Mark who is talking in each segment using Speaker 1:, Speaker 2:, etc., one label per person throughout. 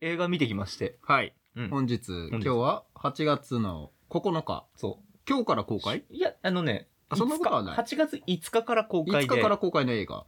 Speaker 1: 映画見てきまして。
Speaker 2: はい。
Speaker 1: うん
Speaker 2: 本日、今
Speaker 1: 本日
Speaker 2: 日は8月の9日。
Speaker 1: そ
Speaker 2: 今日から公
Speaker 1: う。
Speaker 2: 開
Speaker 1: いや、あのね、
Speaker 2: あそんなことはない
Speaker 1: 5日 ?8 月5日から公開
Speaker 2: ?5
Speaker 1: で。
Speaker 2: 日から公開の映画。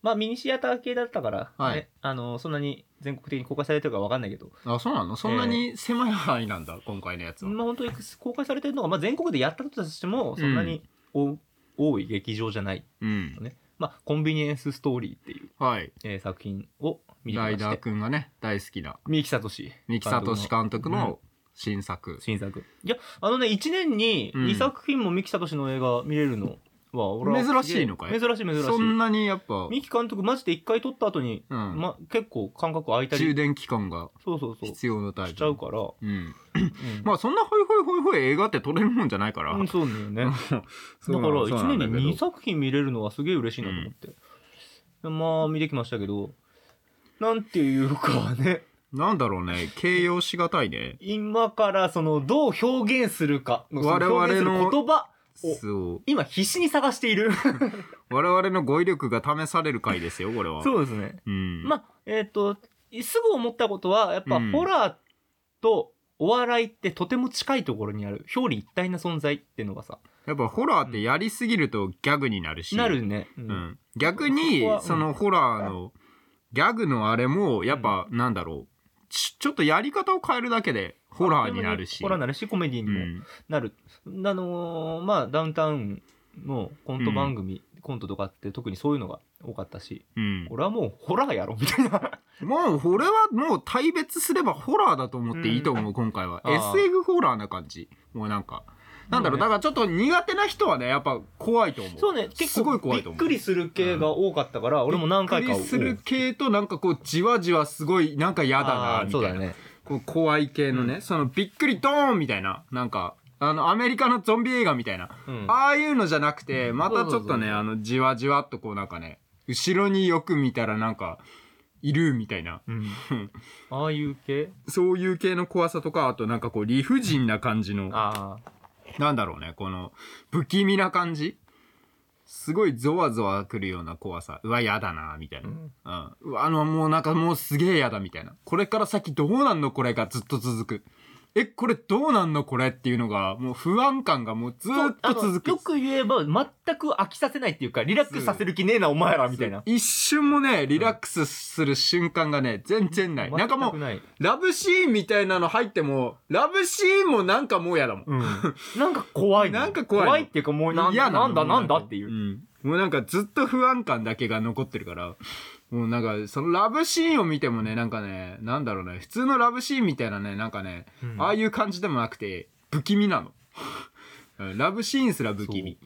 Speaker 1: まあ、ミニシアター系だったから、ね
Speaker 2: はい
Speaker 1: あの、そんなに全国的に公開されてるかわかんないけど、
Speaker 2: あ、そうなのそんなに狭い範囲なんだ、今回のやつは。
Speaker 1: まあ、本当に公開されてるのが、まあ、全国でやったとしても、そんなにお、多い劇場じゃない。
Speaker 2: うん。
Speaker 1: まあ、コンビニエンスストーリーっていう、
Speaker 2: はい。
Speaker 1: えー作品を見てき
Speaker 2: ラ
Speaker 1: ま
Speaker 2: イ
Speaker 1: し
Speaker 2: ダー
Speaker 1: て。
Speaker 2: くんがね、大好きな、
Speaker 1: 三木聡監督の。
Speaker 2: 三木聡監督の新作。
Speaker 1: 新作。いや、あのね、1年に
Speaker 2: うん
Speaker 1: 2作品も三木聡の映画見れるのは、俺は
Speaker 2: 珍しいのかい
Speaker 1: 珍しい珍し
Speaker 2: そん
Speaker 1: い。
Speaker 2: なにやっぱ、
Speaker 1: 三木監督マジで1回撮った後に、
Speaker 2: うん。
Speaker 1: ま、結構間隔空いた
Speaker 2: 充
Speaker 1: り、
Speaker 2: 電期間が
Speaker 1: そうそうそう、し
Speaker 2: 必要なタイプ。
Speaker 1: ちゃうから、う
Speaker 2: うん。
Speaker 1: ん
Speaker 2: まあそんなホイホイホイホイ映画って撮れるもんじゃないから。
Speaker 1: うん、そうだよね。だか
Speaker 2: そうな
Speaker 1: ら、
Speaker 2: のそうな
Speaker 1: 1
Speaker 2: んだ
Speaker 1: 年
Speaker 2: けど
Speaker 1: に2作品見れるのはすげえ嬉しいなと思って。まあ、見てきましたけど、なんていうかね、
Speaker 2: なんだろうね、形容しがたいね。
Speaker 1: 今からその、どう表現するかの、そ
Speaker 2: 我々の
Speaker 1: 表現する言葉、お
Speaker 2: そう。
Speaker 1: 今必死に探している。
Speaker 2: 我々の語彙力が試される回ですよ、これは。う。
Speaker 1: そうですね。
Speaker 2: ん。
Speaker 1: まあ、えっ、と、すぐ思ったことは、やっぱ、
Speaker 2: うん
Speaker 1: ホラーとお笑いってとても近いところにある、表裏一体な存在っていうのがさ、
Speaker 2: やっぱホラーってやりすぎるとギャグになるし。
Speaker 1: なる。ね。う
Speaker 2: うんん。逆
Speaker 1: そ
Speaker 2: に
Speaker 1: こはう、ん
Speaker 2: そのホラーの、ギャグのあれも、やっぱ、なんだろう。ちちょっとやり方を変えるだけで、ホラーになるし。
Speaker 1: ホラーになるし、コメディに
Speaker 2: う
Speaker 1: も
Speaker 2: ん。
Speaker 1: なる。あのーまあ、ダウンタウンのコント番組、コントとかって特にそういうのが多かったし、
Speaker 2: うん。
Speaker 1: 俺はもうホラーやろ、みたい な。
Speaker 2: もう、これはもう、大別すればホラーだと思っていいと思う、今回は。
Speaker 1: あー
Speaker 2: SF ホラーな感じ。もうなんか。なんだろう、
Speaker 1: もう
Speaker 2: だ
Speaker 1: ね
Speaker 2: からちょっと苦手な人はね、やっぱ怖いと思う。
Speaker 1: そうね、結
Speaker 2: すごい
Speaker 1: 構
Speaker 2: 怖
Speaker 1: び
Speaker 2: い
Speaker 1: っ
Speaker 2: と思う。
Speaker 1: くりする系が多かったから、俺も何回か
Speaker 2: びっくりする系となんかこうじわじわすごいなんか嫌だな
Speaker 1: あー
Speaker 2: みた
Speaker 1: そ
Speaker 2: いう
Speaker 1: だ
Speaker 2: な
Speaker 1: ね。
Speaker 2: こう怖い系のね、そのびっくりドーンみたいななんかあのアメリカのゾンビ映画みたいな、
Speaker 1: うん
Speaker 2: ああいうのじゃなくてま
Speaker 1: そ
Speaker 2: たちょ
Speaker 1: う
Speaker 2: っ
Speaker 1: そうそ
Speaker 2: と
Speaker 1: う
Speaker 2: ねあのじわじわっとこうなんかね後ろによく見たらなんかいるみたいな
Speaker 1: うん。ああいう系
Speaker 2: そういう系の怖さとかあとなんかこう理不尽な感じの
Speaker 1: ああ。
Speaker 2: なんだろうねこの不気味な感じすごいゾワゾワくるような怖さうわ嫌だなみたいな、うん。うわあの、もうなんかもうすげえ嫌だみたいな。これから先どうなんのこれがずっと続く。え、これどうなんのこれっていうのが、もう不安感がもうずーっと続く。
Speaker 1: よく言えば、全く飽きさせないっていうか、リラックスさせる気ねえな、お前ら、みたいな。
Speaker 2: 一瞬もね、リラックスする瞬間がね、全然ない。なんかも
Speaker 1: 全
Speaker 2: う
Speaker 1: く、ない
Speaker 2: ラブシーンみたいなの入っても、ラブシーンもなんかもうやだもん。
Speaker 1: うん。なんか怖いの。
Speaker 2: なんか怖いの
Speaker 1: 怖いっていうか、もうなん
Speaker 2: 嫌
Speaker 1: なんだ
Speaker 2: も
Speaker 1: な
Speaker 2: うん
Speaker 1: だっていう。
Speaker 2: んもうなんかずっと不安感だけが残ってるから、もうなんかそのラブシーンを見てもね、なんかね、なんだろうね、普通のラブシーンみたいなね、なんかね、
Speaker 1: うん
Speaker 2: ああいう感じでもなくて、不気味なの。 うんラブシーンすら不気味。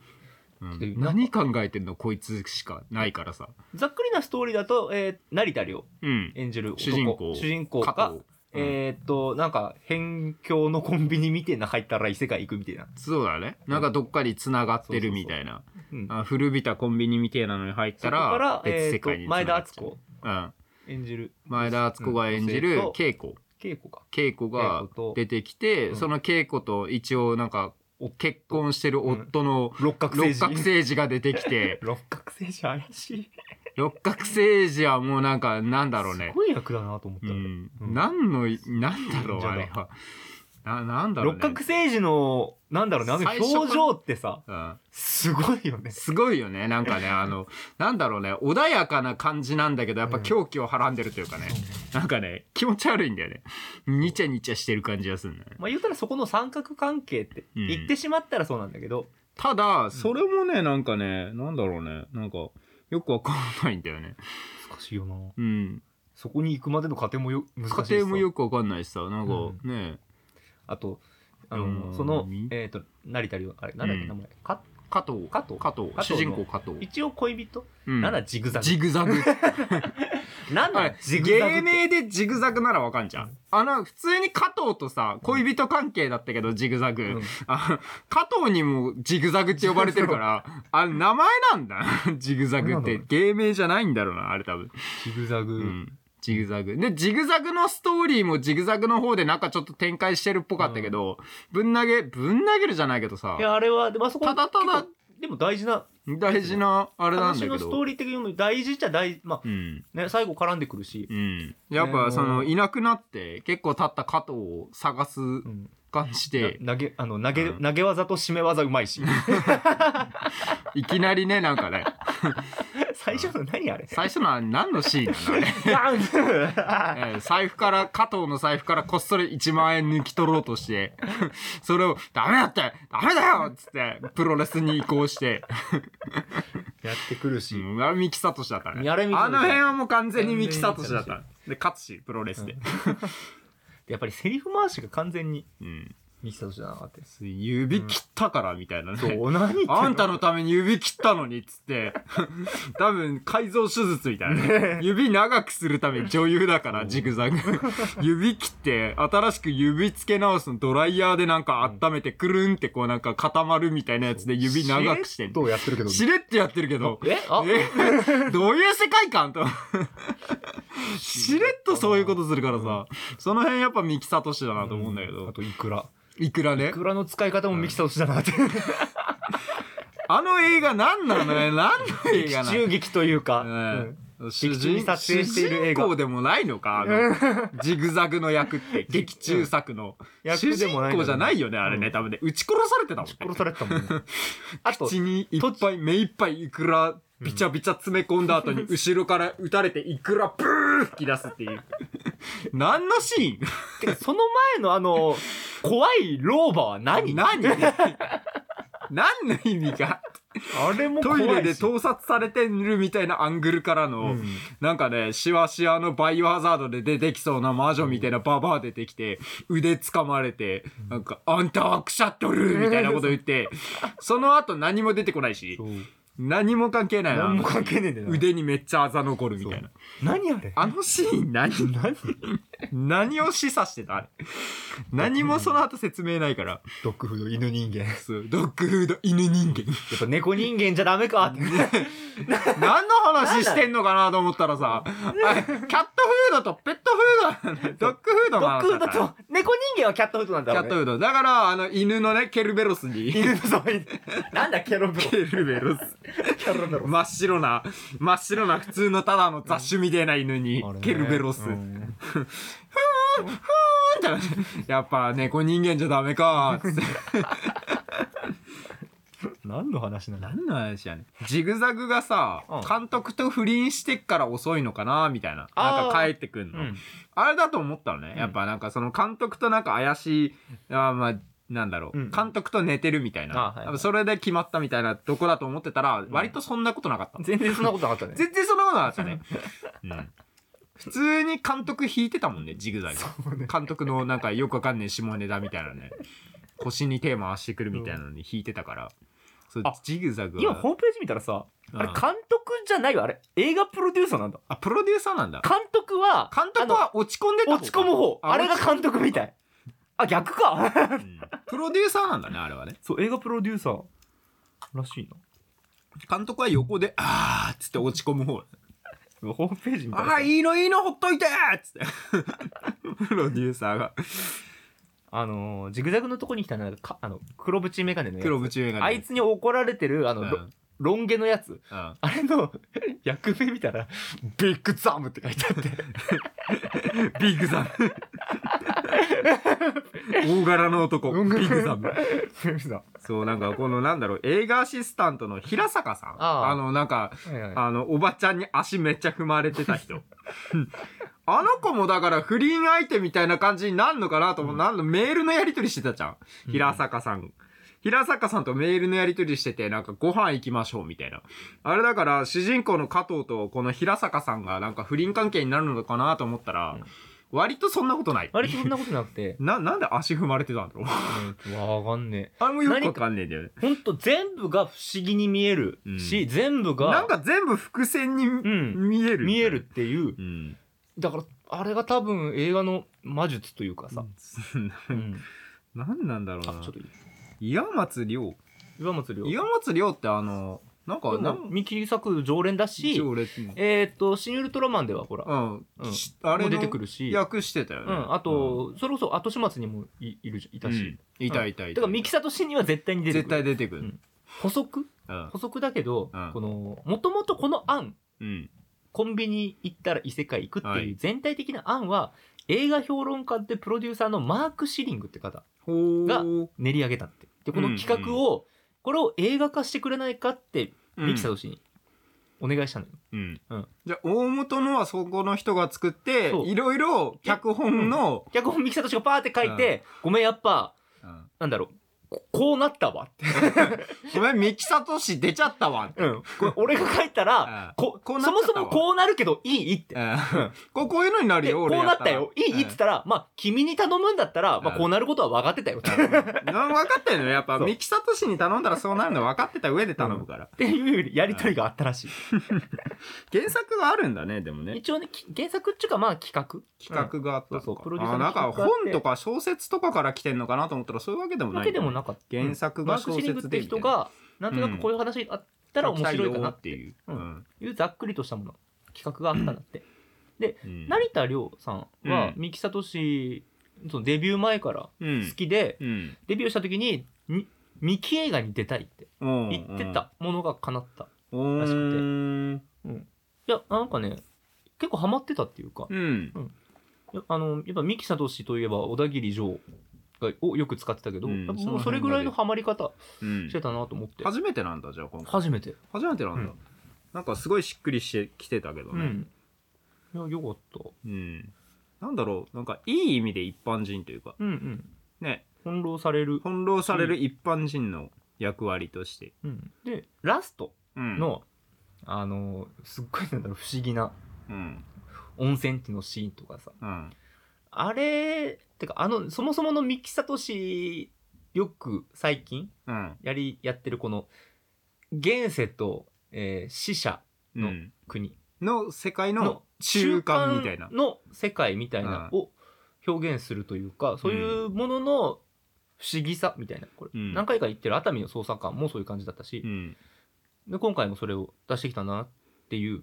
Speaker 2: うん
Speaker 1: でなん
Speaker 2: 何考えてんのこいつしかないからさ。
Speaker 1: ざっくりなストーリーだと、えー成田凌
Speaker 2: うん。
Speaker 1: 演じる男
Speaker 2: 主人公
Speaker 1: 主人公
Speaker 2: 過
Speaker 1: が
Speaker 2: 去、
Speaker 1: えーっと、なんか、辺境のコンビニみてえな入ったら異世界行くみたいな。
Speaker 2: そうだね。なんかどっかに繋がってるみたいな。
Speaker 1: うん。
Speaker 2: あ古びたコンビニみたいなのに入っ
Speaker 1: そ
Speaker 2: た
Speaker 1: こから
Speaker 2: ら、、
Speaker 1: えー
Speaker 2: 別世
Speaker 1: っと
Speaker 2: 界に、繋
Speaker 1: 前田
Speaker 2: がっ
Speaker 1: 敦
Speaker 2: ちゃう。
Speaker 1: 子
Speaker 2: うん。
Speaker 1: 演じる。
Speaker 2: 前田敦子が演じる
Speaker 1: うん
Speaker 2: 恵子。
Speaker 1: 稽古か。
Speaker 2: 恵子が
Speaker 1: 恵子と
Speaker 2: 出てきて、
Speaker 1: うん
Speaker 2: その恵子と一応なんか
Speaker 1: お
Speaker 2: 結婚してる夫の
Speaker 1: 六角
Speaker 2: 六
Speaker 1: 星人。
Speaker 2: 角星児が出てきて、
Speaker 1: 六角星人怪しい。
Speaker 2: 六角星児はもうなんかなんだろうね
Speaker 1: す。ごい役だなと思った
Speaker 2: う
Speaker 1: ら。
Speaker 2: ん。
Speaker 1: うん
Speaker 2: 何の、なんだろう、
Speaker 1: じゃあ
Speaker 2: あれは。な、なんだろう
Speaker 1: 六
Speaker 2: ね。
Speaker 1: 角星児の、なんだろうね、あの
Speaker 2: 最初から
Speaker 1: 表情ってさ、
Speaker 2: うん。
Speaker 1: すごいよね。
Speaker 2: すごいよね。なんかね、あの、なんだろうね、穏やかな感じなんだけど、やっぱ
Speaker 1: うん
Speaker 2: 狂気をはらんでるというかね。なんかね、気持ち悪いんだよね。にちゃにちゃしてる感じがするね。
Speaker 1: まあ言うたらそこの三角関係って、
Speaker 2: うん
Speaker 1: 言ってしまったらそうなんだけど、
Speaker 2: ただ、それもね、なんかね、なんだろうね、なんか、よくわかんないんだよね。
Speaker 1: 難しいよな。
Speaker 2: うん。
Speaker 1: そこに行くまでの過程もよ難しいし
Speaker 2: 家
Speaker 1: さ
Speaker 2: 庭もよくわかんないしさ、なんか
Speaker 1: う、
Speaker 2: ね、
Speaker 1: あと、あ
Speaker 2: う
Speaker 1: の、
Speaker 2: ん
Speaker 1: その
Speaker 2: み、
Speaker 1: えっと、成田凌、あれ、なんだっけ、
Speaker 2: うん
Speaker 1: 名前。か
Speaker 2: 加藤。
Speaker 1: 加藤
Speaker 2: 加藤。
Speaker 1: 加藤
Speaker 2: 主
Speaker 1: の
Speaker 2: 人公加藤。
Speaker 1: 一応恋人
Speaker 2: うん
Speaker 1: なんだ、ジグザグ
Speaker 2: ジ。グザグ。
Speaker 1: なん
Speaker 2: は
Speaker 1: だ
Speaker 2: い、
Speaker 1: ジグザグっ
Speaker 2: 芸
Speaker 1: て。
Speaker 2: 名でジグザグならわかんじゃ。
Speaker 1: うん
Speaker 2: あの、普通に加藤とさ、恋人関係だったけど、ジグザグ。
Speaker 1: うん
Speaker 2: あ加藤にもジグザグって呼ばれてるから、あの、名前なんだ。 ジグザグっ
Speaker 1: そうな
Speaker 2: て
Speaker 1: の。
Speaker 2: 芸名じゃないんだろうな、あれ多分。
Speaker 1: ジグザ
Speaker 2: う
Speaker 1: グ。
Speaker 2: ん。ジグザグ。で、ジグザグのストーリーもジグザグの方でなんかちょっと展開してるっぽかったけど、ぶん投げ、ぶん投げるじゃないけどさ
Speaker 1: い、や、あれは、でまあそこ
Speaker 2: ただただ
Speaker 1: 結構でも大事な
Speaker 2: 大事なあれなん
Speaker 1: 話
Speaker 2: だけ
Speaker 1: の
Speaker 2: ど
Speaker 1: ストーリー的にも大事じゃ大ま
Speaker 2: うん
Speaker 1: あね最後絡んでくるし
Speaker 2: う、ん、やっぱそのいなくなって結構経った加藤を探す
Speaker 1: うん
Speaker 2: 感じで
Speaker 1: な投げあの投げ、
Speaker 2: うん
Speaker 1: 投げ技と締め技うまいし
Speaker 2: いきなりねなんかね
Speaker 1: 最初の何あれ
Speaker 2: 最初のは何のシーンなんだろうね
Speaker 1: ガン
Speaker 2: えー財布から加藤の財布からこっそり1万円抜き取ろうとしてそれを「ダメだってダメだよ!」っつってプロレスに移行して
Speaker 1: やってくるし、
Speaker 2: うんあれ三木聡だったね
Speaker 1: あれ三木聡
Speaker 2: あの辺はもう完全に三木聡だったで勝つしプロレスで、
Speaker 1: やっぱりセリフ回しが完全に
Speaker 2: うん
Speaker 1: ミキサーとじゃなかったです
Speaker 2: 指切ったからみたいなね、
Speaker 1: そう 何言って
Speaker 2: あんたのために指切ったのにっつ って、多分改造手術みたいなね。指長くするために女優だから、ジグザグ。指切って、新しく指付け直すのドライヤーでなんか温めて、くるんってこうなんか固まるみたいなやつで指長くしてんの
Speaker 1: どうやってるけど
Speaker 2: しれってやってるけど、
Speaker 1: えあ
Speaker 2: えどういう世界観と。しれっとそういうことするからさ、その辺やっぱミキサトシだなと思うんだけ
Speaker 1: あ
Speaker 2: ど、
Speaker 1: といくら
Speaker 2: いくらね。
Speaker 1: いくらの使い方もミキサーとじゃなかった
Speaker 2: あの映画何なのね何の 映画なの
Speaker 1: 中劇というか、うん
Speaker 2: 主
Speaker 1: 劇中に
Speaker 2: 人
Speaker 1: 撮影している映画
Speaker 2: 主人公でもないのかあのジグザグの役って劇中作の
Speaker 1: 役
Speaker 2: 主
Speaker 1: で
Speaker 2: 人
Speaker 1: もない
Speaker 2: 公じゃないよねあれね
Speaker 1: うん
Speaker 2: 多分ね打ち殺されてたもんね
Speaker 1: 殺されてたもんねあ と
Speaker 2: 口にいっぱい目いっぱいいくらビチャビチャ詰め込んだ後に後ろから撃たれていくらブー吹き出すっていう何のシ
Speaker 1: てかその前のあの怖い老婆は
Speaker 2: ー
Speaker 1: 何
Speaker 2: ン何何の意味か
Speaker 1: あれも
Speaker 2: ト
Speaker 1: 怖い
Speaker 2: イ
Speaker 1: し
Speaker 2: レで盗撮されてるみたいなアングルからの、
Speaker 1: うん
Speaker 2: なんかね、シワシワのバイオハザードで出てきそうな魔女みたいなババア出てきて、腕掴まれて、なんか、あんたはくしゃっとるみたいなこと言って、その後何も出てこないし
Speaker 1: そ、う
Speaker 2: 何も関係ない
Speaker 1: 何も
Speaker 2: な。
Speaker 1: 関係ねえんだよな
Speaker 2: 腕にめっちゃあざ残るみたいな。
Speaker 1: 何あれ
Speaker 2: あのシーン何
Speaker 1: 何
Speaker 2: 何を示唆してたあれ何もその後説明ないから。
Speaker 1: ドッグフード犬人間や
Speaker 2: そうドッグフード犬人間。
Speaker 1: っぱ猫人間じゃダメかって
Speaker 2: 何の話してんのかなと思った らさ、あキャットフードとペットフードなのね、ドッグフード
Speaker 1: ド
Speaker 2: の
Speaker 1: ッ
Speaker 2: 話
Speaker 1: グフ
Speaker 2: だ
Speaker 1: ード
Speaker 2: から
Speaker 1: と猫人間はキャットフードなんだ
Speaker 2: キ
Speaker 1: ろ
Speaker 2: ャ
Speaker 1: うね
Speaker 2: ットフード。だから、あの、犬のね、ケルベロスに。
Speaker 1: 犬のそういう なんだケロブロ
Speaker 2: ケルベロス。
Speaker 1: キャロブロ
Speaker 2: 真っ白な、真っ白な普通のただの雑種みたいな犬に、ケルベロス。
Speaker 1: う
Speaker 2: うん、
Speaker 1: ん
Speaker 2: だからねやっぱ猫人間じゃダメかーっつって。
Speaker 1: 何の話なの
Speaker 2: 何の話やねんジグザグがさ、
Speaker 1: うん
Speaker 2: 監督と不倫してっから遅いのかなみたいな。
Speaker 1: あー
Speaker 2: なんか帰ってくんの。あれだと思ったのね。やっぱなんかその監督となんか怪しい、あーまあ、なんだろう、
Speaker 1: うん
Speaker 2: 監督と寝てるみたいな。
Speaker 1: あはいはい
Speaker 2: やっぱそれで決まったみたいなとこだと思ってたら、割とそんなことなかった。
Speaker 1: 全然そんなことなかったね
Speaker 2: 全然そんなことなかっ たね。うん普通に監督引いてたもんね、ジグザグ。
Speaker 1: うね
Speaker 2: 監督のなんかよくわかんねえ下ネタみたいなね。腰に手回してくるみたいなのに引いてたから。そう
Speaker 1: あ、
Speaker 2: ジグザグは。
Speaker 1: 今ホームページ見たらさ
Speaker 2: うん
Speaker 1: あれ監督じゃないよあれ映画プロデューサーなんだ
Speaker 2: あ、プロデューサーなんだ。
Speaker 1: 監督は
Speaker 2: 監督は落ち込んで
Speaker 1: あ
Speaker 2: た
Speaker 1: の
Speaker 2: 方
Speaker 1: 落ち込む方
Speaker 2: あ
Speaker 1: あれが監督みたいあ逆か
Speaker 2: うんプロデューサーなんだね、あれはね。
Speaker 1: そう映画プロデューサーらしい
Speaker 2: 監督は横で、あーっつって落ち込む方。
Speaker 1: なホームページ見た
Speaker 2: あ
Speaker 1: ら
Speaker 2: ー、いいのいいの、ほっといてーっつ って。プロデューサーが。
Speaker 1: あのージグザグのとこに来たなんかかあの黒縁メガネのやつ
Speaker 2: 黒縁映画
Speaker 1: あいつに怒られてるあの、
Speaker 2: うん。う
Speaker 1: ロ
Speaker 2: ん
Speaker 1: ロン毛のやつ
Speaker 2: あ
Speaker 1: あれの 役名見たら「ビッグザム」って書いてあ って
Speaker 2: ビッグザ ム。大柄の男、ビッ グザム。
Speaker 1: ビッグザム
Speaker 2: そう、なんかこのなんだろう、映画アシスタントの平坂さん。
Speaker 1: あ
Speaker 2: あ
Speaker 1: ー
Speaker 2: の、なんか、
Speaker 1: はいはい
Speaker 2: あの、おばちゃんに足めっちゃ踏まれてた人。 あの子もだから不倫相手みたいな感じになんのかなと思う。なんのメールのやり取りしてたじゃん。
Speaker 1: ん
Speaker 2: 平坂さん。平坂さんとメールのやり取りしてて、なんかご飯行きましょうみたいな。あれだから、主人公の加藤とこの平坂さんがなんか不倫関係になるのかなと思ったら、割とそんなことない。
Speaker 1: 割とそんなことなくて
Speaker 2: な、なんで足踏まれてたんだろう
Speaker 1: うんわかんねえ
Speaker 2: あれもよくわかんねえんだよね。
Speaker 1: ほんと全部が不思議に見えるし、全部が
Speaker 2: なんか全部伏線に
Speaker 1: ん
Speaker 2: 見える。
Speaker 1: 見えるっ。ていう
Speaker 2: うん。
Speaker 1: だからあれが多分映画の魔術というかさ、 うん
Speaker 2: 何なんだろう
Speaker 1: あ
Speaker 2: な
Speaker 1: ちょっといい
Speaker 2: 岩松亮
Speaker 1: 岩松亮
Speaker 2: 岩松亮ってあのなんか
Speaker 1: でも
Speaker 2: 何
Speaker 1: 見切り作常連だし
Speaker 2: 一応俺
Speaker 1: えーっと「新ウルトラマン」ではほら、
Speaker 2: うん
Speaker 1: うん
Speaker 2: しあれ
Speaker 1: もう出てく
Speaker 2: の
Speaker 1: るし、
Speaker 2: 役してたよ
Speaker 1: う
Speaker 2: ね
Speaker 1: ん、あと、それこそ後始末にもいいるじい
Speaker 2: うん
Speaker 1: たし、
Speaker 2: いたいたい
Speaker 1: だ
Speaker 2: た
Speaker 1: から三木聡には絶対に出て
Speaker 2: 絶
Speaker 1: くる
Speaker 2: 対出てくる
Speaker 1: 補足
Speaker 2: うん
Speaker 1: 補足だけど、
Speaker 2: うん
Speaker 1: このもともとこの案
Speaker 2: うん
Speaker 1: コンビニ行ったら異世界行くって
Speaker 2: はいいう
Speaker 1: 全体的な案は、映画評論家でプロデューサーのマーク・シリングって方
Speaker 2: ほー
Speaker 1: が練り上げたってでこの企画を、これを映画化してくれないかって
Speaker 2: うん
Speaker 1: 三木聡にお願いしたのよ、
Speaker 2: うん
Speaker 1: うん
Speaker 2: じゃあ大元のはそこの人が作って
Speaker 1: そう
Speaker 2: いろいろ脚本の、
Speaker 1: 逆に三木聡がパーって書いて、ごめんやっぱ
Speaker 2: うん
Speaker 1: なんだろうここうなったわって、
Speaker 2: ごめん三木聡出ちゃったわ
Speaker 1: うん、これ俺が書いたら、こ
Speaker 2: こうなっちゃ
Speaker 1: そ
Speaker 2: った
Speaker 1: も
Speaker 2: わ
Speaker 1: そもこうなるけどいいって
Speaker 2: うんこうこういうのになる
Speaker 1: で
Speaker 2: よ
Speaker 1: こう
Speaker 2: 俺
Speaker 1: な
Speaker 2: や
Speaker 1: った
Speaker 2: ら
Speaker 1: よいいっつったら、まあ君に頼むんだったら、ま
Speaker 2: う
Speaker 1: あ、
Speaker 2: ん
Speaker 1: こうなることは分かってたよって
Speaker 2: うん分かってんのよやっぱ
Speaker 1: そう
Speaker 2: 三木聡に頼んだらそうなるの分かってた上で頼むから、
Speaker 1: っていうやりとりがあったらしい、
Speaker 2: 原作があるんだねでもね
Speaker 1: 一応ねき原作っていうかまあ企画
Speaker 2: 企画があったのか、
Speaker 1: そうそうプロデューサ
Speaker 2: あ
Speaker 1: ーの
Speaker 2: なんか
Speaker 1: 企画があって
Speaker 2: 本とか小説とかから来てんのかなと思ったらそういうわけでも
Speaker 1: だ
Speaker 2: ない、
Speaker 1: けでもなかった、
Speaker 2: 原作
Speaker 1: マ
Speaker 2: が
Speaker 1: ーク・
Speaker 2: 小
Speaker 1: シリング
Speaker 2: 説
Speaker 1: っ
Speaker 2: で
Speaker 1: て
Speaker 2: みた
Speaker 1: 人
Speaker 2: いな
Speaker 1: がなんとなくこういう話あったら面白いかなって
Speaker 2: 来たよっていう、
Speaker 1: う
Speaker 2: うんん
Speaker 1: いうざっくりとしたもの企画があったんだって、
Speaker 2: うん
Speaker 1: 成田凌さんは
Speaker 2: うん
Speaker 1: 三木聡そのデビュー前から
Speaker 2: うん
Speaker 1: 好きで、
Speaker 2: うん
Speaker 1: デビューした時にに三木映画に出たいって
Speaker 2: 言
Speaker 1: 言ってたものが叶った、
Speaker 2: ら
Speaker 1: らしくて
Speaker 2: うん
Speaker 1: いやなんかね結構ハマってたっていうか、
Speaker 2: うん
Speaker 1: いやあのやっぱ三木聡といえば小田切城がをよく使ってたけど、
Speaker 2: うん
Speaker 1: やっぱ
Speaker 2: そ
Speaker 1: も
Speaker 2: の
Speaker 1: うそれぐらいのハマり方
Speaker 2: うん
Speaker 1: してたなと思って、
Speaker 2: 初めてなんだじゃあ今回
Speaker 1: 初めて
Speaker 2: 初めてなんだ、
Speaker 1: う
Speaker 2: なんかすごいしっくりしてきてたけど
Speaker 1: う
Speaker 2: ね
Speaker 1: んいやよかった
Speaker 2: うん、なんだろうなんかいい意味で一般人というか
Speaker 1: うんうん
Speaker 2: ね
Speaker 1: 翻弄される、
Speaker 2: 翻弄される一般人の役割として、
Speaker 1: うん、でラスト
Speaker 2: うん、
Speaker 1: の、あのすっごいなんだろう不思議な
Speaker 2: うん
Speaker 1: 温泉地のシーンとかさ
Speaker 2: うん
Speaker 1: あれてかあのそもそもの三木聡よく最近
Speaker 2: うん
Speaker 1: やりやってるこの現世と、えー死者
Speaker 2: う
Speaker 1: の
Speaker 2: ん
Speaker 1: 国
Speaker 2: の世界の
Speaker 1: の
Speaker 2: 中間みたいな
Speaker 1: 中間の世界みたいなを表現するというか、そういうものの不思議さみたいなこれ、
Speaker 2: うん
Speaker 1: 何回か言ってる熱海の捜査官もそういう感じだったし
Speaker 2: う、ん
Speaker 1: で今回もそれを出してきたなっていう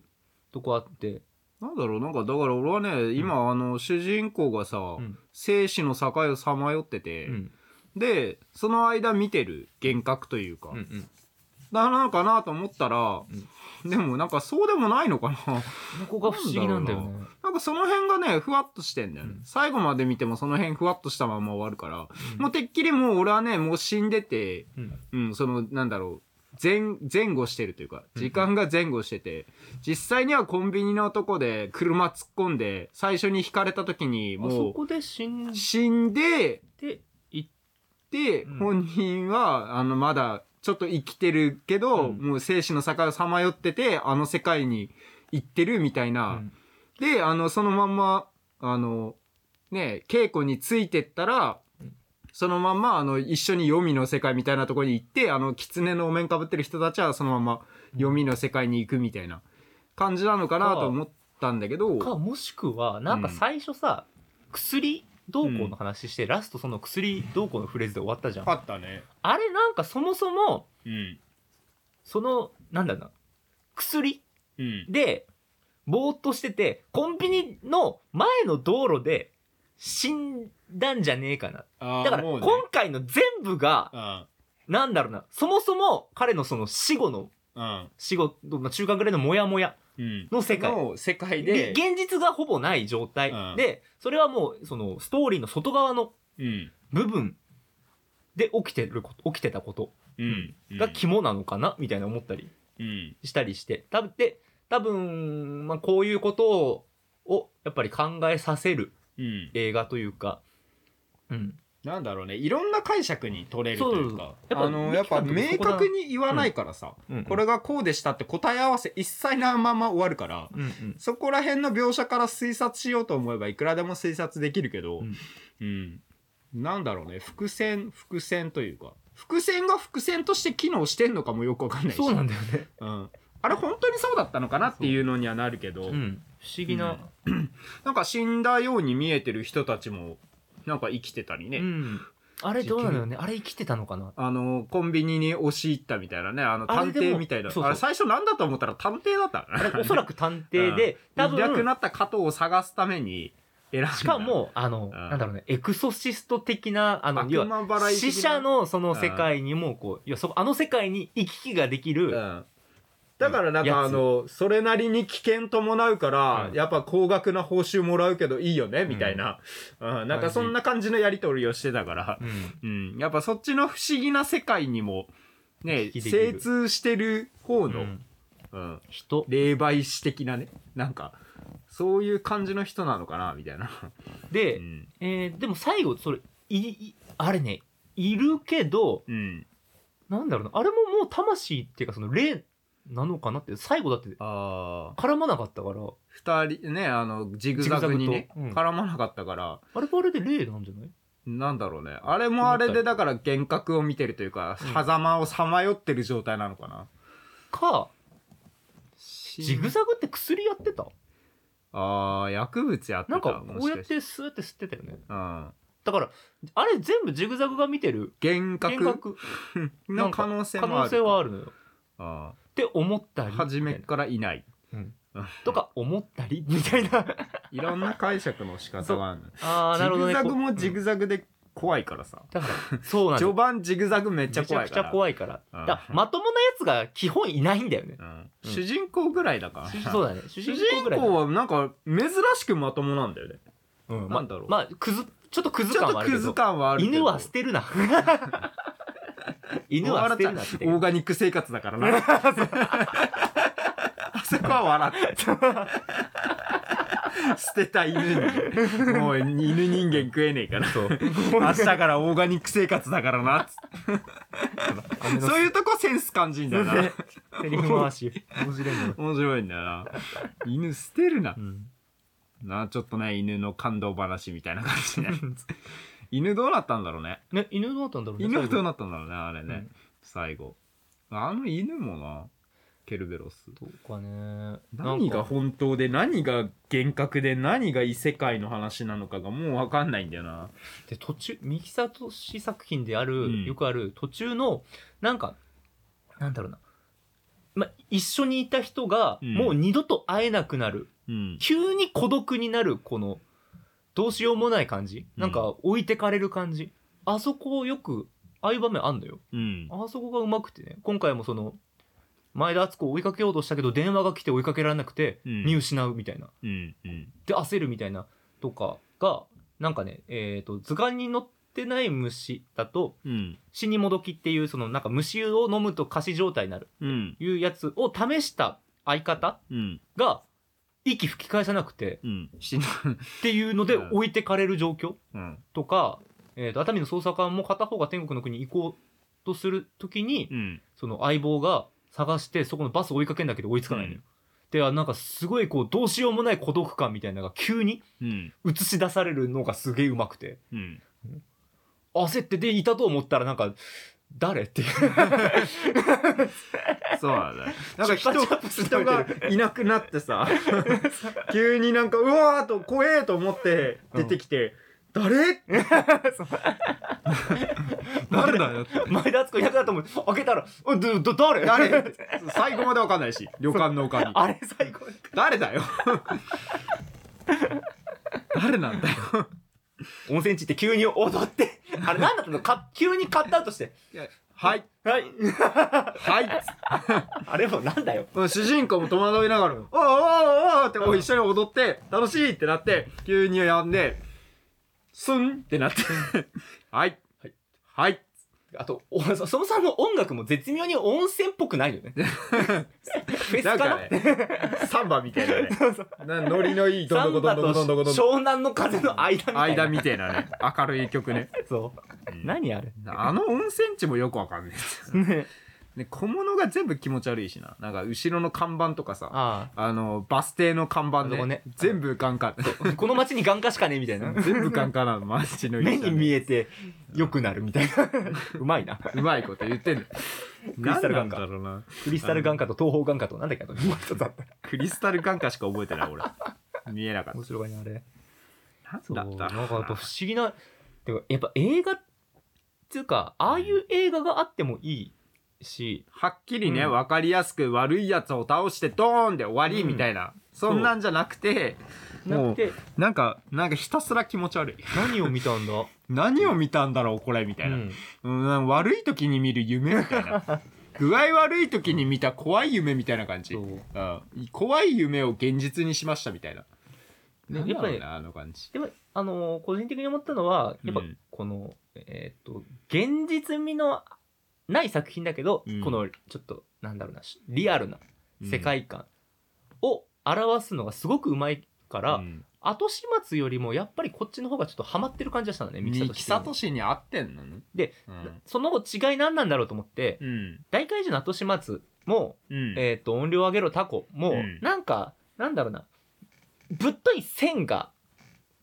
Speaker 1: とこあって、
Speaker 2: なんだろうなんかだから俺はね今、あの主人公がさ、
Speaker 1: うん
Speaker 2: 生死の境をさまよってて、
Speaker 1: うん
Speaker 2: でその間見てる幻覚というか、
Speaker 1: うんうん、
Speaker 2: なのかなと思ったら、でもなんかそうでもない のかな
Speaker 1: ここが不思議なんだよね。
Speaker 2: なんかその辺がねふわっとしてんだよね、
Speaker 1: うん
Speaker 2: 最後まで見てもその辺ふわっとしたまま終わるから、
Speaker 1: うん
Speaker 2: もうてっきりもう俺はねもう死んでて
Speaker 1: うん
Speaker 2: うん、その、なんだろう。前、前後してるというか、
Speaker 1: うん
Speaker 2: 時間が前後してて、実際にはコンビニのとこで車突っ込んで、最初に引かれた時に、
Speaker 1: あそ
Speaker 2: も
Speaker 1: こで死ん
Speaker 2: う、死んで、
Speaker 1: でい
Speaker 2: で、
Speaker 1: うん
Speaker 2: 本人は、あの、まだ、ちょっと生きてるけど、
Speaker 1: うん
Speaker 2: もう生死の境をさまよってて、あの世界に行ってるみたい
Speaker 1: う
Speaker 2: な。
Speaker 1: ん
Speaker 2: で、あの、そのまんま、あの、ね、稽古についてったら
Speaker 1: うん、
Speaker 2: そのまんま、あの、一緒に黄みの世界みたいなところに行って、あの、狐のお面かぶってる人たちは、そのまま、黄みの世界に行くみたいな感じなのかなと思ったんだけど、
Speaker 1: かもしくはなんか最初さ、薬どうこうの話して、ラストその薬どうこうのフレーズで終わったじゃん。
Speaker 2: あったね。
Speaker 1: あれなんかそもそも
Speaker 2: うん。
Speaker 1: そのなんだろうな薬
Speaker 2: うん。
Speaker 1: でぼーっとしててコンビニの前の道路で死んだんじゃねえかな
Speaker 2: あ
Speaker 1: だから今回の全部が
Speaker 2: うん。
Speaker 1: なんだろうなそもそも彼のその死後の
Speaker 2: うん。
Speaker 1: 死後まあ中間ぐらいのモヤモヤ
Speaker 2: うん。
Speaker 1: の世界
Speaker 2: の世界
Speaker 1: で
Speaker 2: で、
Speaker 1: 現実がほぼない状態
Speaker 2: うん
Speaker 1: でそれはもうそのストーリーの外側の
Speaker 2: うん。
Speaker 1: 部分で起きてること起きてたこと
Speaker 2: うん。
Speaker 1: が肝なのかなみたいな思ったり
Speaker 2: うん。
Speaker 1: したりして多分で多分、まあ、こういうことををやっぱり考えさせる
Speaker 2: うん。
Speaker 1: 映画というか、うん、
Speaker 2: なんだろうね、いろんな解釈に取れるというか、
Speaker 1: そうそうそう
Speaker 2: あの、や
Speaker 1: や
Speaker 2: っ
Speaker 1: っ
Speaker 2: ぱ
Speaker 1: ぱ
Speaker 2: 明確に言わないからさ、
Speaker 1: うんうん
Speaker 2: これがこうでしたって答え合わせ一切ないまま終わるから、
Speaker 1: うんうん
Speaker 2: そこら辺の描写から推察しようと思えばいくらでも推察できるけど、う
Speaker 1: うんん、
Speaker 2: なんだろうね、伏線、伏線というか、伏線が伏線として機能してんのかもよくわかんないし、
Speaker 1: そうなんだよね、
Speaker 2: うんあれ本当にそうだったのかなっていうのにはなるけど、
Speaker 1: うん、不思議な、
Speaker 2: なんか死んだように見えてる人たちも、なんか生きてたりね。
Speaker 1: うんあれどうなのよねあれ生きてたのかな
Speaker 2: あの、コンビニに押し入ったみたいなね、あの、
Speaker 1: あ
Speaker 2: 探
Speaker 1: れで
Speaker 2: 偵
Speaker 1: も
Speaker 2: みたいな。あれ
Speaker 1: そうそう
Speaker 2: 最初なんだと思ったら探偵だった
Speaker 1: あ
Speaker 2: ね。
Speaker 1: れおそらく探偵で、多
Speaker 2: いなく
Speaker 1: 分
Speaker 2: なった加藤を探すために、選んだ
Speaker 1: しかも、あの、
Speaker 2: ん
Speaker 1: なんだろうね、エクソシスト的な、あの、
Speaker 2: 悪
Speaker 1: 要は、
Speaker 2: 魔払い的
Speaker 1: 死
Speaker 2: な
Speaker 1: 者のその世界にも、こう、要はそ、あの世界に行き来ができ
Speaker 2: う
Speaker 1: る、
Speaker 2: んだからなん
Speaker 1: や
Speaker 2: か
Speaker 1: つ
Speaker 2: あのそれなりに危険伴うから、
Speaker 1: うん
Speaker 2: やっぱ高額な報酬もらうけどいいよねみたいな、うんなんかそんな感じのやり取りをしてたから、
Speaker 1: うん
Speaker 2: うん、やっぱそっちの不思議な世界にもね
Speaker 1: 行き来できる
Speaker 2: 精通してる方
Speaker 1: う
Speaker 2: の、
Speaker 1: ん
Speaker 2: うん、
Speaker 1: 人、
Speaker 2: 霊媒師的なねなんかそういう感じの人なのかなみたいな、う
Speaker 1: で、
Speaker 2: ん
Speaker 1: えーでも最後、それ、い、いあれね、いるけど、
Speaker 2: うん、
Speaker 1: なんだろうな、あれももう魂っていうか、その霊なのかなって、最後だって
Speaker 2: あ
Speaker 1: 絡まなかったから、
Speaker 2: あ2人ねあのジグザグにね
Speaker 1: ジグザグとうん
Speaker 2: 絡まなかったから、
Speaker 1: あれはあれで霊なんじゃない
Speaker 2: なんだろうね。あれもあれで、だから幻覚を見てるというか、
Speaker 1: うん
Speaker 2: 狭間をさまよってる状態なのかな。
Speaker 1: か、ジグ
Speaker 2: ザ
Speaker 1: ザグって薬やってた
Speaker 2: ああ、薬物やってた。
Speaker 1: なんか、こうやっ
Speaker 2: もしして
Speaker 1: スーって吸ってたよね。
Speaker 2: うん。
Speaker 1: だから、あれ全部ジグザグが見てる
Speaker 2: 幻覚
Speaker 1: 幻覚
Speaker 2: の可能性
Speaker 1: 可
Speaker 2: もあ
Speaker 1: 能
Speaker 2: る。
Speaker 1: 性はあるのよ。
Speaker 2: あ
Speaker 1: って思った
Speaker 2: ー
Speaker 1: り。
Speaker 2: 初め
Speaker 1: みたい
Speaker 2: からいない。
Speaker 1: なうん
Speaker 2: うん
Speaker 1: とか思ったりみたいな。
Speaker 2: いろんな解釈の仕方がある。
Speaker 1: ああ、な
Speaker 2: ジ
Speaker 1: るほど
Speaker 2: グ
Speaker 1: ね。
Speaker 2: ザグも
Speaker 1: こ
Speaker 2: ジ
Speaker 1: うん
Speaker 2: グザグで怖いからさ。
Speaker 1: だから、そうなんだ
Speaker 2: 序
Speaker 1: よ。
Speaker 2: 盤ジグザグめっちゃ
Speaker 1: めちゃ
Speaker 2: 怖
Speaker 1: く
Speaker 2: い
Speaker 1: ち
Speaker 2: か
Speaker 1: ゃ
Speaker 2: ら。
Speaker 1: 怖いから。
Speaker 2: うん
Speaker 1: だからまともなやつが基本いないんだよね。
Speaker 2: うん
Speaker 1: うん
Speaker 2: 主人公ぐらいだから。
Speaker 1: 主そうだね。主人
Speaker 2: 主人
Speaker 1: 公ぐらいだ。
Speaker 2: 公はなんか珍しくまともなんだよね。
Speaker 1: うん
Speaker 2: なんだろう
Speaker 1: まあ、くず、ちょっとくず
Speaker 2: ちょ
Speaker 1: 感
Speaker 2: っ
Speaker 1: は
Speaker 2: と
Speaker 1: ある
Speaker 2: ク
Speaker 1: け
Speaker 2: ズ
Speaker 1: ど。
Speaker 2: 感はあるけど。
Speaker 1: 犬は捨てる な。犬は捨てるなっ
Speaker 2: オー
Speaker 1: て。
Speaker 2: ガニック生活だから な。あそこは笑った。捨てた犬に。もう犬人間食えね えから。明日からオーガニック生活だからなっつって。そういうとこセンス感じんだよな。
Speaker 1: セリフ回し。面白いね。
Speaker 2: 面白いんだよな。犬捨てるな
Speaker 1: う。ん
Speaker 2: なあ、ちょっとね、犬の感動話みたいな感じね。犬どうなったんだろうね。
Speaker 1: ね、犬どうなったんだろうね。
Speaker 2: 犬はどう
Speaker 1: な
Speaker 2: なったんだろうね、あれね。
Speaker 1: うん
Speaker 2: 最後。あの犬もな、ケルベロス。
Speaker 1: とかね。
Speaker 2: 何
Speaker 1: な
Speaker 2: が
Speaker 1: んか
Speaker 2: 本当で何が幻覚で何が異世界の話なのかがもう分かんないんだよな。
Speaker 1: で、途中、三木聡作品である、
Speaker 2: うん
Speaker 1: よくある、途中の、なんか、なんだろうな。ま、一緒にいた人が、
Speaker 2: うん
Speaker 1: もう二度と会えなくなる。
Speaker 2: うん。
Speaker 1: 急に孤独になるこのどうしようもない感じ
Speaker 2: うん
Speaker 1: なんか置いてかれる感じ、あそこをよくああいう場面あんのよ
Speaker 2: うん。
Speaker 1: あそこがうまくてね今回もその前田敦子を追いかけようとしたけど電話が来て追いかけられなくて
Speaker 2: うん
Speaker 1: 見失うみたいな、
Speaker 2: うん。うん。
Speaker 1: で焦るみたいなとかがなんかねえー、と図鑑に載ってない虫だと
Speaker 2: うん。
Speaker 1: 死にもどきっていうそのなんか虫を飲むと仮死状態になる
Speaker 2: うん。
Speaker 1: いうやつを試した相方
Speaker 2: うん。
Speaker 1: が息吹き返さなくて
Speaker 2: うん。死んだ。
Speaker 1: っていうので
Speaker 2: うん
Speaker 1: 置いてかれる状況
Speaker 2: うん。
Speaker 1: とか、えー、と熱海の捜査官も片方が天国の国に行こうとする時に
Speaker 2: うん。
Speaker 1: その相棒が探してそこのバスを追いかけんだけど追いつかないのよ。であなんかすごいこうどうしようもない孤独感みたいなのが急に
Speaker 2: うん。
Speaker 1: 映し出されるのがすげえうまくて
Speaker 2: うん。
Speaker 1: 焦ってでいたと思ったらなんか誰っていう
Speaker 2: そうなんだよ。なんか人
Speaker 1: チュッパチャップス食
Speaker 2: 人
Speaker 1: べて
Speaker 2: がいなくなって さ、急になんか、うわーと怖えと思って出てきて、誰誰だよって。
Speaker 1: 前田敦子いなくなったもん開けたら「うんどど誰
Speaker 2: 誰って最後まで分かんないし、旅館のおかみ。
Speaker 1: あれ最高
Speaker 2: 誰だ よ誰なんだよ
Speaker 1: 温泉地って急に踊ってあれ何だったのか急にカットアウトして
Speaker 2: はい
Speaker 1: はい
Speaker 2: はい
Speaker 1: あれもなんだよ。
Speaker 2: 主人公も戸惑いながら「おうおうおうおうってこう一緒に踊って楽しいってなって急にやんですんってなってはい
Speaker 1: はい
Speaker 2: はい
Speaker 1: あと、おそそもそも音楽も絶妙に温泉っぽくないよね。フェスか
Speaker 2: なん
Speaker 1: な、
Speaker 2: かねサンバみたいなねなノリのいいど
Speaker 1: サ
Speaker 2: んど
Speaker 1: ン
Speaker 2: こど
Speaker 1: バ
Speaker 2: んど
Speaker 1: と
Speaker 2: んどんどこどんどん
Speaker 1: 湘南の風の間みたいな。
Speaker 2: 間みたいなね明るい曲ね
Speaker 1: そう。
Speaker 2: うん
Speaker 1: 何あれ。
Speaker 2: あの温泉地もよくわかんないです
Speaker 1: ね、
Speaker 2: ね小物が全部気持ち悪いしななんか後ろの看板とかさ
Speaker 1: あ
Speaker 2: あの、バス停の看板
Speaker 1: あそこ
Speaker 2: ね。
Speaker 1: ね
Speaker 2: 全部眼科。
Speaker 1: あ。この街に眼科しかねえみたいな。
Speaker 2: 全部眼科なの、マジの
Speaker 1: 目に見
Speaker 2: え
Speaker 1: えて良くなるみたいな。 うまいな。
Speaker 2: うまいこと 言ってんの。
Speaker 1: リスタル眼科
Speaker 2: 何なんだろうな。
Speaker 1: クリスタル眼科と東方眼科となんだっけあともう一つあった。
Speaker 2: クリスタル眼科しか覚えてない、俺。見えなかっ
Speaker 1: 面白いな、あれ。
Speaker 2: た。
Speaker 1: そう。
Speaker 2: な
Speaker 1: なんん
Speaker 2: だ
Speaker 1: か
Speaker 2: った
Speaker 1: やっぱ不思議な、でもやっぱ映画っていうか、ああいう映画があってもいい
Speaker 3: し
Speaker 2: はっきりね、
Speaker 3: うん
Speaker 2: 分かりやすく悪いやつを倒してドーンで終わりみたいな、そんなんじゃなくて
Speaker 1: なくて
Speaker 2: なんかなんかひたすら気持ち悪い
Speaker 1: 何を見たん だ、
Speaker 2: 何を見たんだろうこれみた
Speaker 1: う
Speaker 2: いな、
Speaker 1: ん
Speaker 2: うん、なんか悪い時に見る夢みたい な具合悪い時に見た怖い夢みたいな感じ、、
Speaker 1: そううん
Speaker 2: 怖い夢を現実にしましたみたいな
Speaker 1: で
Speaker 2: なんだろう
Speaker 1: やっぱ
Speaker 2: なあの感じ
Speaker 1: でも、あのー個人的に思ったのは、やっぱ
Speaker 2: うん
Speaker 1: この、えーっと、現実味のない作品だけど、
Speaker 2: うん
Speaker 1: この、ちょっと、なんだろうな、しリアルな世界観を表すのがすごくうまいから、
Speaker 2: うん
Speaker 1: 後始末よりもやっぱりこっちの方がちょっとハマってる感じがしたのね、ミキサ
Speaker 2: 三
Speaker 1: と
Speaker 2: 木
Speaker 1: しては
Speaker 2: 聡に合ってんのね
Speaker 1: で、
Speaker 2: うん
Speaker 1: その違い何なんだろうと思って、
Speaker 2: うん
Speaker 1: 大怪獣の後始末も、
Speaker 2: うん
Speaker 1: えーっと、音量上げろタコも、
Speaker 2: うん
Speaker 1: なんか、なんだろうな、ぶっとい線が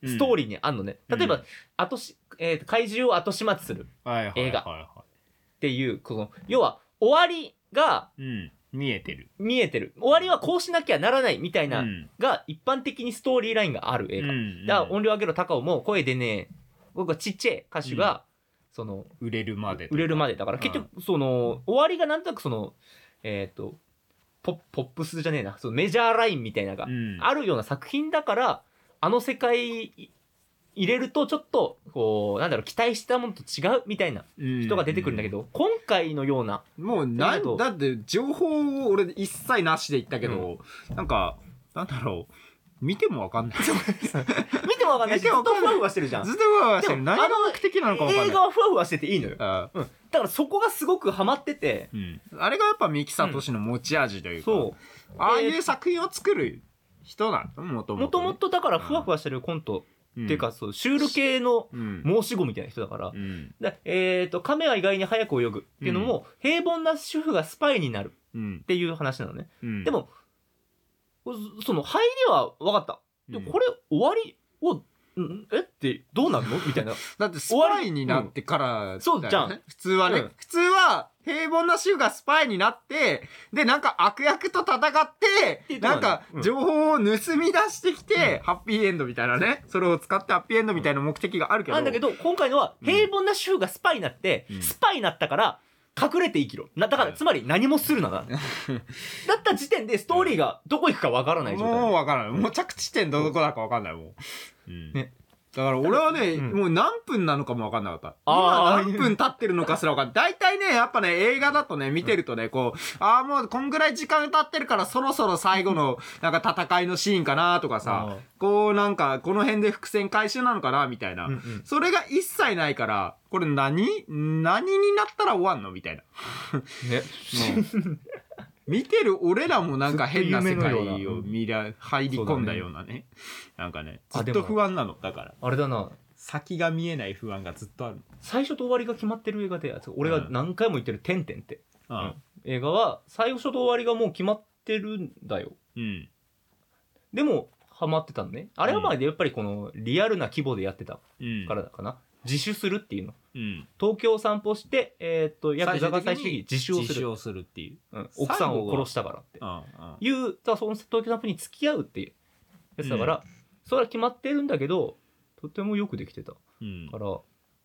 Speaker 1: ストー
Speaker 2: リ
Speaker 1: リーにあんのね。
Speaker 2: うん
Speaker 1: 例えば、
Speaker 2: うん
Speaker 1: 後し、えー怪獣を後始末する
Speaker 2: ー
Speaker 1: 映画
Speaker 2: は
Speaker 1: っていう、この、要は、終わりが
Speaker 2: いはいうん、見えてる
Speaker 1: 見えてる。終わりはこうしなきゃならないみたいな、
Speaker 2: うん
Speaker 1: が一般的にストーリーラインがある映画。
Speaker 2: うん
Speaker 1: だから、音量上げろ高尾も声でね、僕はちっちゃい歌手が、その、
Speaker 2: 売れるまで
Speaker 1: 売れるまで。だから、結局、その、終わりがなんとなくその、えっ、と、ポッポップスじゃねえな、そのメジャーラインみたいなのが
Speaker 2: う、ん、
Speaker 1: あるような作品だから、あの世界い入れるとちょっと、こう、なんだろう、期待したものと違うみたいな人が出てくるんだけ
Speaker 2: ど、
Speaker 1: ど、今回のような、
Speaker 2: もう
Speaker 1: あ
Speaker 2: な
Speaker 1: りがと
Speaker 2: ん
Speaker 1: う
Speaker 2: だって情報を俺一切なしで言ったけど、なんかなんだろう見てもわかんないずっ
Speaker 1: 見てもわかんないし、ず
Speaker 2: 見て
Speaker 1: っ
Speaker 2: もわ
Speaker 1: と
Speaker 2: かん
Speaker 1: ふ
Speaker 2: な
Speaker 1: わ
Speaker 2: い
Speaker 1: ふわしてるじゃん。
Speaker 2: とわわしてる
Speaker 1: でも
Speaker 2: 何が目的なのかわかん
Speaker 1: 映
Speaker 2: ない
Speaker 1: 画はふわふわしてていいのよ。
Speaker 2: あ,、
Speaker 1: だからそこがすごくハマってて、
Speaker 2: うん、あれがやっぱ三木聡の持ち味というか、
Speaker 1: そ
Speaker 2: ああいう作品を作る人だもと
Speaker 1: う。
Speaker 2: も
Speaker 1: も
Speaker 2: と
Speaker 1: ともとだからふわふわしてるコント、っていうか、そう、シュール系の
Speaker 2: うん
Speaker 1: 申し子みたいな人だから
Speaker 2: う、ん
Speaker 1: でえっ、と、亀は意外に早く泳ぐっていうのも、平凡な主婦がスパイになるっ
Speaker 2: うん
Speaker 1: ていう話なのね。
Speaker 2: うん
Speaker 1: でも、その、入りは分かった。で
Speaker 2: うん
Speaker 1: もこれ終わりを、んえってどうなる のみたいな。
Speaker 2: だってスパイになってから、
Speaker 1: 終わりうんそうじゃん
Speaker 2: 普通はね、
Speaker 1: うん
Speaker 2: 普通は平凡な主婦がスパイになってでなんか悪役と戦って
Speaker 1: ていうとこ
Speaker 2: な
Speaker 1: なんん
Speaker 2: か
Speaker 1: だ
Speaker 2: 情報を盗み出してきて、ハッピーエンドみたいなねそれを使ってハッピーエンドみたいな目的があるけど
Speaker 1: なんだけど、今回のは
Speaker 2: うん
Speaker 1: 平凡な主婦がスパイになって、
Speaker 2: うん
Speaker 1: スパイになったから、隠れて生きろ。な、だから、つまり何もす るなだ。だった時点でストーリーがどこ行くかわからない状
Speaker 2: もう
Speaker 1: 態。
Speaker 2: わからないもう着地点どこだかわかんないもう、うん
Speaker 1: ね
Speaker 2: だから俺はね、
Speaker 1: うん
Speaker 2: もう何分なのかもわかんなかった。
Speaker 1: あ
Speaker 2: 今
Speaker 1: ー
Speaker 2: 何分経ってるのかすらわかんない。大体ね、やっぱね、映画だとね、見てるとね、こう、ああ、もうこんぐらい時間経ってるからそろそろ最後の、なんか戦いのシーンかなとかさ、こうなんか、この辺で伏線回収なのかなみたいな。
Speaker 1: うんうん
Speaker 2: それが一切ないから、これ何何になったら終わんのみたいな。
Speaker 1: ね。
Speaker 2: 見てる俺らもなんか変な世界
Speaker 1: ずっと夢のよう
Speaker 2: を
Speaker 1: な
Speaker 2: 見ら、入り込んだようなね。なんかね、ず
Speaker 1: あ
Speaker 2: っ
Speaker 1: で
Speaker 2: と
Speaker 1: も
Speaker 2: 不安なの。だから、
Speaker 1: あれだな。
Speaker 2: 先が見えない不安がずっとある
Speaker 1: 最初と終わりが決まってる映画で、俺が何回も言ってる、てんてんって。
Speaker 2: の。
Speaker 1: 映画は、最初と終わりがもう決まってるんだよ。
Speaker 2: うん。うん。
Speaker 1: でも、ハマってたのね。あれはまあ、やっぱりこの、リアルな規模でやってた
Speaker 2: うん。
Speaker 1: からだかな。自首するっていうの。
Speaker 2: うん。
Speaker 1: 東京を散歩して、えーっと、ヤクザが最終的に自首をする。
Speaker 2: をするっていう。
Speaker 1: うん奥さんを殺したからって
Speaker 2: う。ん。うん。
Speaker 1: いう、だからその東京散歩に付き合うっていうやつだから、それは決まってるんだけど、とてもよくできてたか
Speaker 2: うん
Speaker 1: ら、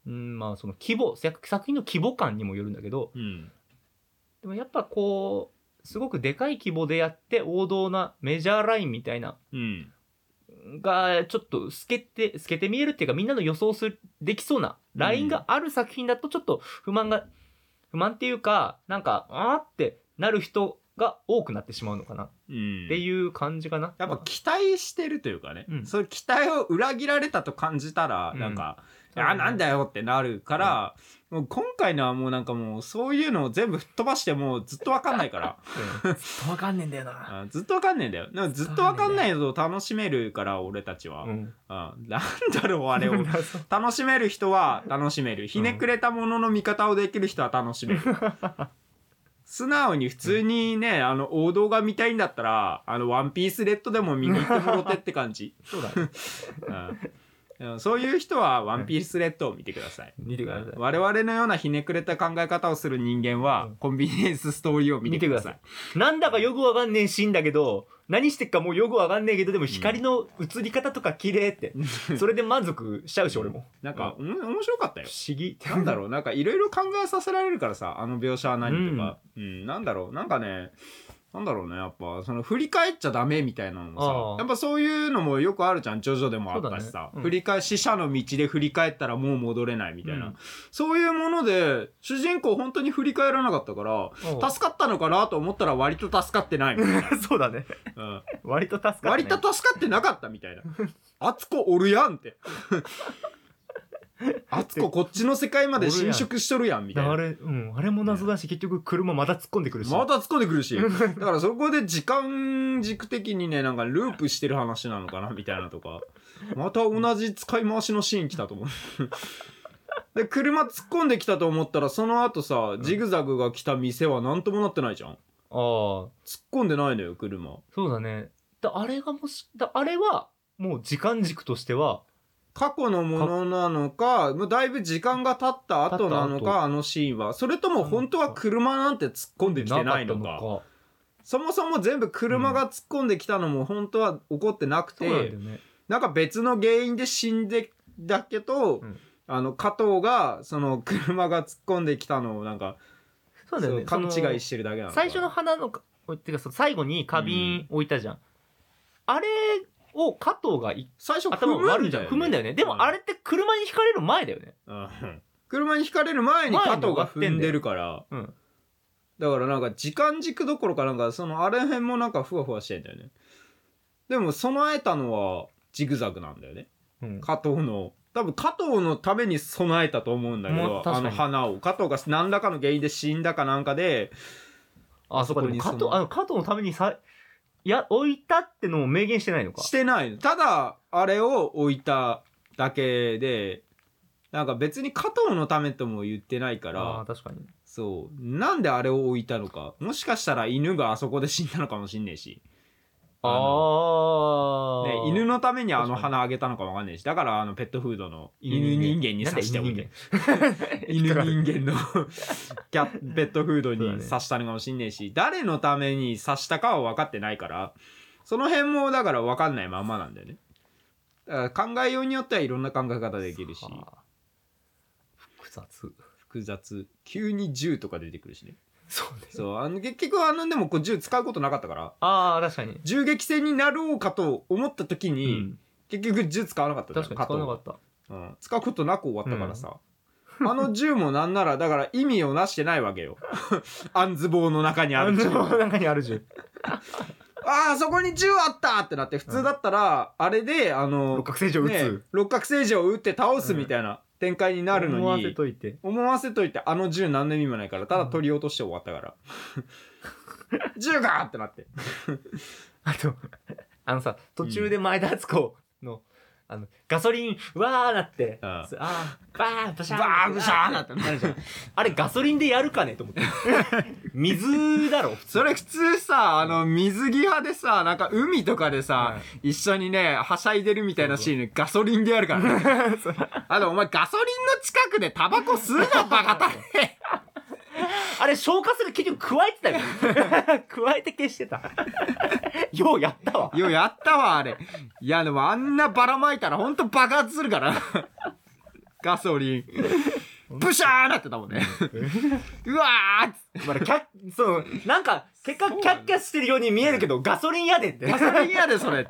Speaker 1: うん、まあその規模、作作品の規模感にもよるんだけど、
Speaker 2: うん。
Speaker 1: でもやっぱこう、すごくでかい規模でやって王道なメジャーラインみたいな
Speaker 2: うん。
Speaker 1: がちょっと透けて透けて見えるっていうかみんなの予想するできそうなラインがある作品だとちょっと不満が、不満っていうかなんかあーってなる人が多くなってしまうのかなっ
Speaker 2: うん。
Speaker 1: ていう感じかな、
Speaker 2: やっぱ期待してるというかね、
Speaker 1: うん
Speaker 2: そういう期待を裏切られたと感じたら、
Speaker 1: うん
Speaker 2: なんか、
Speaker 1: うん
Speaker 2: あ、なんだよってなるから、もう今回のはもうなんかもう、そういうのを全部吹っ飛ばしてもうずっとわかんないから、
Speaker 1: うんずっとわかんねえんだよな、
Speaker 2: あずっとわかんないんだよ。なんかずっとわかんないのを楽しめるから、俺たちは。
Speaker 1: うん、
Speaker 2: あなんだろう、あ れを。楽しめる人は楽しめる。ひねくれたものの見方をできる人は楽しめる。 素直に普通にね、あの、王道が見たいんだった ら、あの、ワンピースレッドでも見に行ってもろてって感じ。
Speaker 1: そうだね
Speaker 2: うんうんそういう人はワンピースレッドを見てください。
Speaker 1: 見てください。
Speaker 2: 我々のようなひねくれた考え方をする人間は、
Speaker 1: うん
Speaker 2: コンビニエンスストーリーを見てください。
Speaker 1: なんだかよくわかんねえシーンだけど、何してっかもうよくわかんねえけど、でも光の映り方とか綺麗って、それで満足しちゃうし、俺も。
Speaker 2: なんか、おも面白かったよ
Speaker 1: 不。思議。
Speaker 2: なんだろうなんかいろいろ考えさせられるからさあの描写は何とか、うんなんだろうなんかねなんだろうねやっぱその振り返っちゃダメみたいなの
Speaker 1: あ
Speaker 2: も
Speaker 1: あ
Speaker 2: さやっぱそういうのもよくあるじゃんジョジョでもあったし
Speaker 1: そうだ
Speaker 2: さ、
Speaker 1: ねうん
Speaker 2: 振り返死者の道で振り返ったらもう戻れないみたいな、
Speaker 1: うん
Speaker 2: そういうもので主人公本当に振り返らなかったから
Speaker 1: 助
Speaker 2: 助かったのかなと思ったら割と助かってないみたい な、
Speaker 1: かそうだね。
Speaker 2: うん
Speaker 1: 割と助かった、ね。
Speaker 2: 割と助かってなかったみ たいな「あつこおるやん」って「あつここっちの世界まで侵食しとるやん」みたいな
Speaker 1: あれ、うん、あれも謎だし、結局車また突っ込んでくるし。
Speaker 2: また突っ込んで くるし。だからそこで時間軸的にね、なんかループしてる話なのかな、みたいなとか。また同じ使い回しのシーン来た と思う。で、車突っ込んできたと思ったら、その後さ、ジグザグが来た店は何ともなってないじゃん。
Speaker 1: ああ、
Speaker 2: 突っ込んでないのよ、車。
Speaker 1: そうだね。だあれがもし、だあれは、もう時間軸としては、
Speaker 2: 過去のものなのか、もうだいぶ時間が経った後なの
Speaker 1: 経った
Speaker 2: か、あのシーンは。それとも本当は車なんて突っ込んできてないの
Speaker 1: なか
Speaker 2: か
Speaker 1: った。のか。
Speaker 2: そもそも全部車が突っ込んできたのも本当は起こってなく
Speaker 1: そ
Speaker 2: て、
Speaker 1: うなんだよね。
Speaker 2: なんか別の原因で死んでだけど、
Speaker 1: うん
Speaker 2: あの加藤がその車が突っ込んできたのをなんか、
Speaker 1: そうだよ
Speaker 2: そ
Speaker 1: ね。
Speaker 2: う勘
Speaker 1: その
Speaker 2: 違いしてるだけなのか
Speaker 1: 最初の花のかてかその最後に花瓶置いたじゃん、あれを加藤がい
Speaker 2: 最初踏
Speaker 1: 頭を
Speaker 2: む
Speaker 1: 割
Speaker 2: ん
Speaker 1: るじ
Speaker 2: だ
Speaker 1: ゃ
Speaker 2: よ、
Speaker 1: ん
Speaker 2: ね、
Speaker 1: 踏むんだよねでもあれって車にひかれる前だよね
Speaker 2: うん車にひかれる前に加藤が踏んでるから
Speaker 1: うん
Speaker 2: だからなんか時間軸どころかなんかそのあれ辺もなんかふわふわしてんだよねでも備えたのはジグザグなんだよね
Speaker 1: うん
Speaker 2: 加藤の多分加藤のために備えたと思うんだけ
Speaker 1: もう
Speaker 2: ど
Speaker 1: 確か
Speaker 2: あ
Speaker 1: に
Speaker 2: の花を加藤が何らかの原因で死んだかなんかで
Speaker 1: あそうかでも加
Speaker 2: そこに
Speaker 1: 藤
Speaker 2: その
Speaker 1: あの加藤のためにさいや置いたってのを明言してないのか
Speaker 2: してないのただあれを置いただけでなんか別に加藤のためとも言ってないか
Speaker 1: あ
Speaker 2: ら
Speaker 1: ー確かに
Speaker 2: そうなんであれを置いたのかもしかしたら犬があそこで死んだのかもしんねえし、
Speaker 1: ああ、
Speaker 2: ね、犬のためにあの花あげたのかもわかんねえしだからあのペットフードの犬人間に刺しておいて犬人間の キャ ッペットフードに刺したのかもしんねえし誰のために刺したかは分かってないからその辺もだから分かんないまんまなんだよねだから考えようによってはいろんな考え方できるし
Speaker 1: はあ複雑
Speaker 2: 複雑急に銃とか出てくるしね
Speaker 1: そうね
Speaker 2: そうあの結局あのでもこう銃使うことなかったから
Speaker 1: ああ確かに、
Speaker 2: 銃撃戦になろうかと思った時
Speaker 1: う
Speaker 2: に、
Speaker 1: ん、
Speaker 2: 結局銃使わなかったじゃん
Speaker 1: 確かに使わなかった
Speaker 2: うん、使うことなく終わったからさ、あの銃もなんならだから意味をなしてない わけよあんず棒の中にある銃
Speaker 1: あの中にある銃
Speaker 2: ああそこに銃あったってなって普通だったら、あれであ
Speaker 1: 六
Speaker 2: の、
Speaker 1: 角星を撃つ、
Speaker 2: ね六角星人を撃って倒すみたいな展開になるのに、
Speaker 1: 思わせといて
Speaker 2: 思わせといてあの銃何の意味もないからただ取り落として終わったから 銃がーってなって
Speaker 1: あと、あのさ、途中で前田敦子の、あの、ガソリン、うわーなって、
Speaker 2: うん
Speaker 1: ああー、バーン、ブシャーン。
Speaker 2: バーンブシャーンな
Speaker 1: ってなるじゃん。あれ、ガソリンでやるかねと 思って。水だろ、普通。
Speaker 2: それ普通さあの水着派でさなんか海とかでさ、
Speaker 1: は
Speaker 2: 一緒にねはしゃいでるみたいなシーンガソリンでやるからね あとお前ガソリンの近くでタバコ吸うなバカタ レ
Speaker 1: あれ、消化する、結局、加えてたよ。 加えて消してた。ようやったわ。
Speaker 2: ようやったわあれいやでもあんなばらまいたらほんと爆発するからガソリンブシャーなってたもんねうわーっつって
Speaker 1: まあ、キャッ、そう、なんか、結果、キャッキャしてるように見えるけど、ガソリンやでって。
Speaker 2: ガソリンやでそれ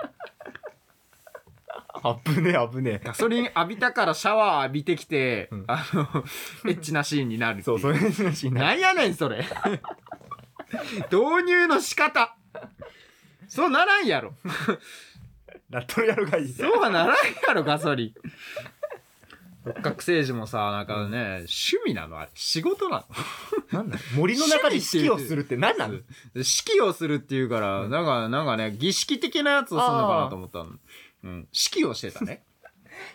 Speaker 1: あぶねえ、あぶねえ。
Speaker 2: ガソリン浴びたからシャワー浴びてきて、
Speaker 1: ん
Speaker 2: あのエッチなシーンになるってい
Speaker 1: そう、そういう話になる
Speaker 2: なんやねんそれ導入の仕方そうならんやろ
Speaker 1: なっとるやろがいい。
Speaker 2: そうはならんやろガソリン六角政治もさなんかね趣味なのあれ仕事なの
Speaker 1: なんだ森の中で指揮をするって何なの
Speaker 2: 式をするっていうからなんかなんかね儀式的なやつをするのかなと思ったのうん式をしてたね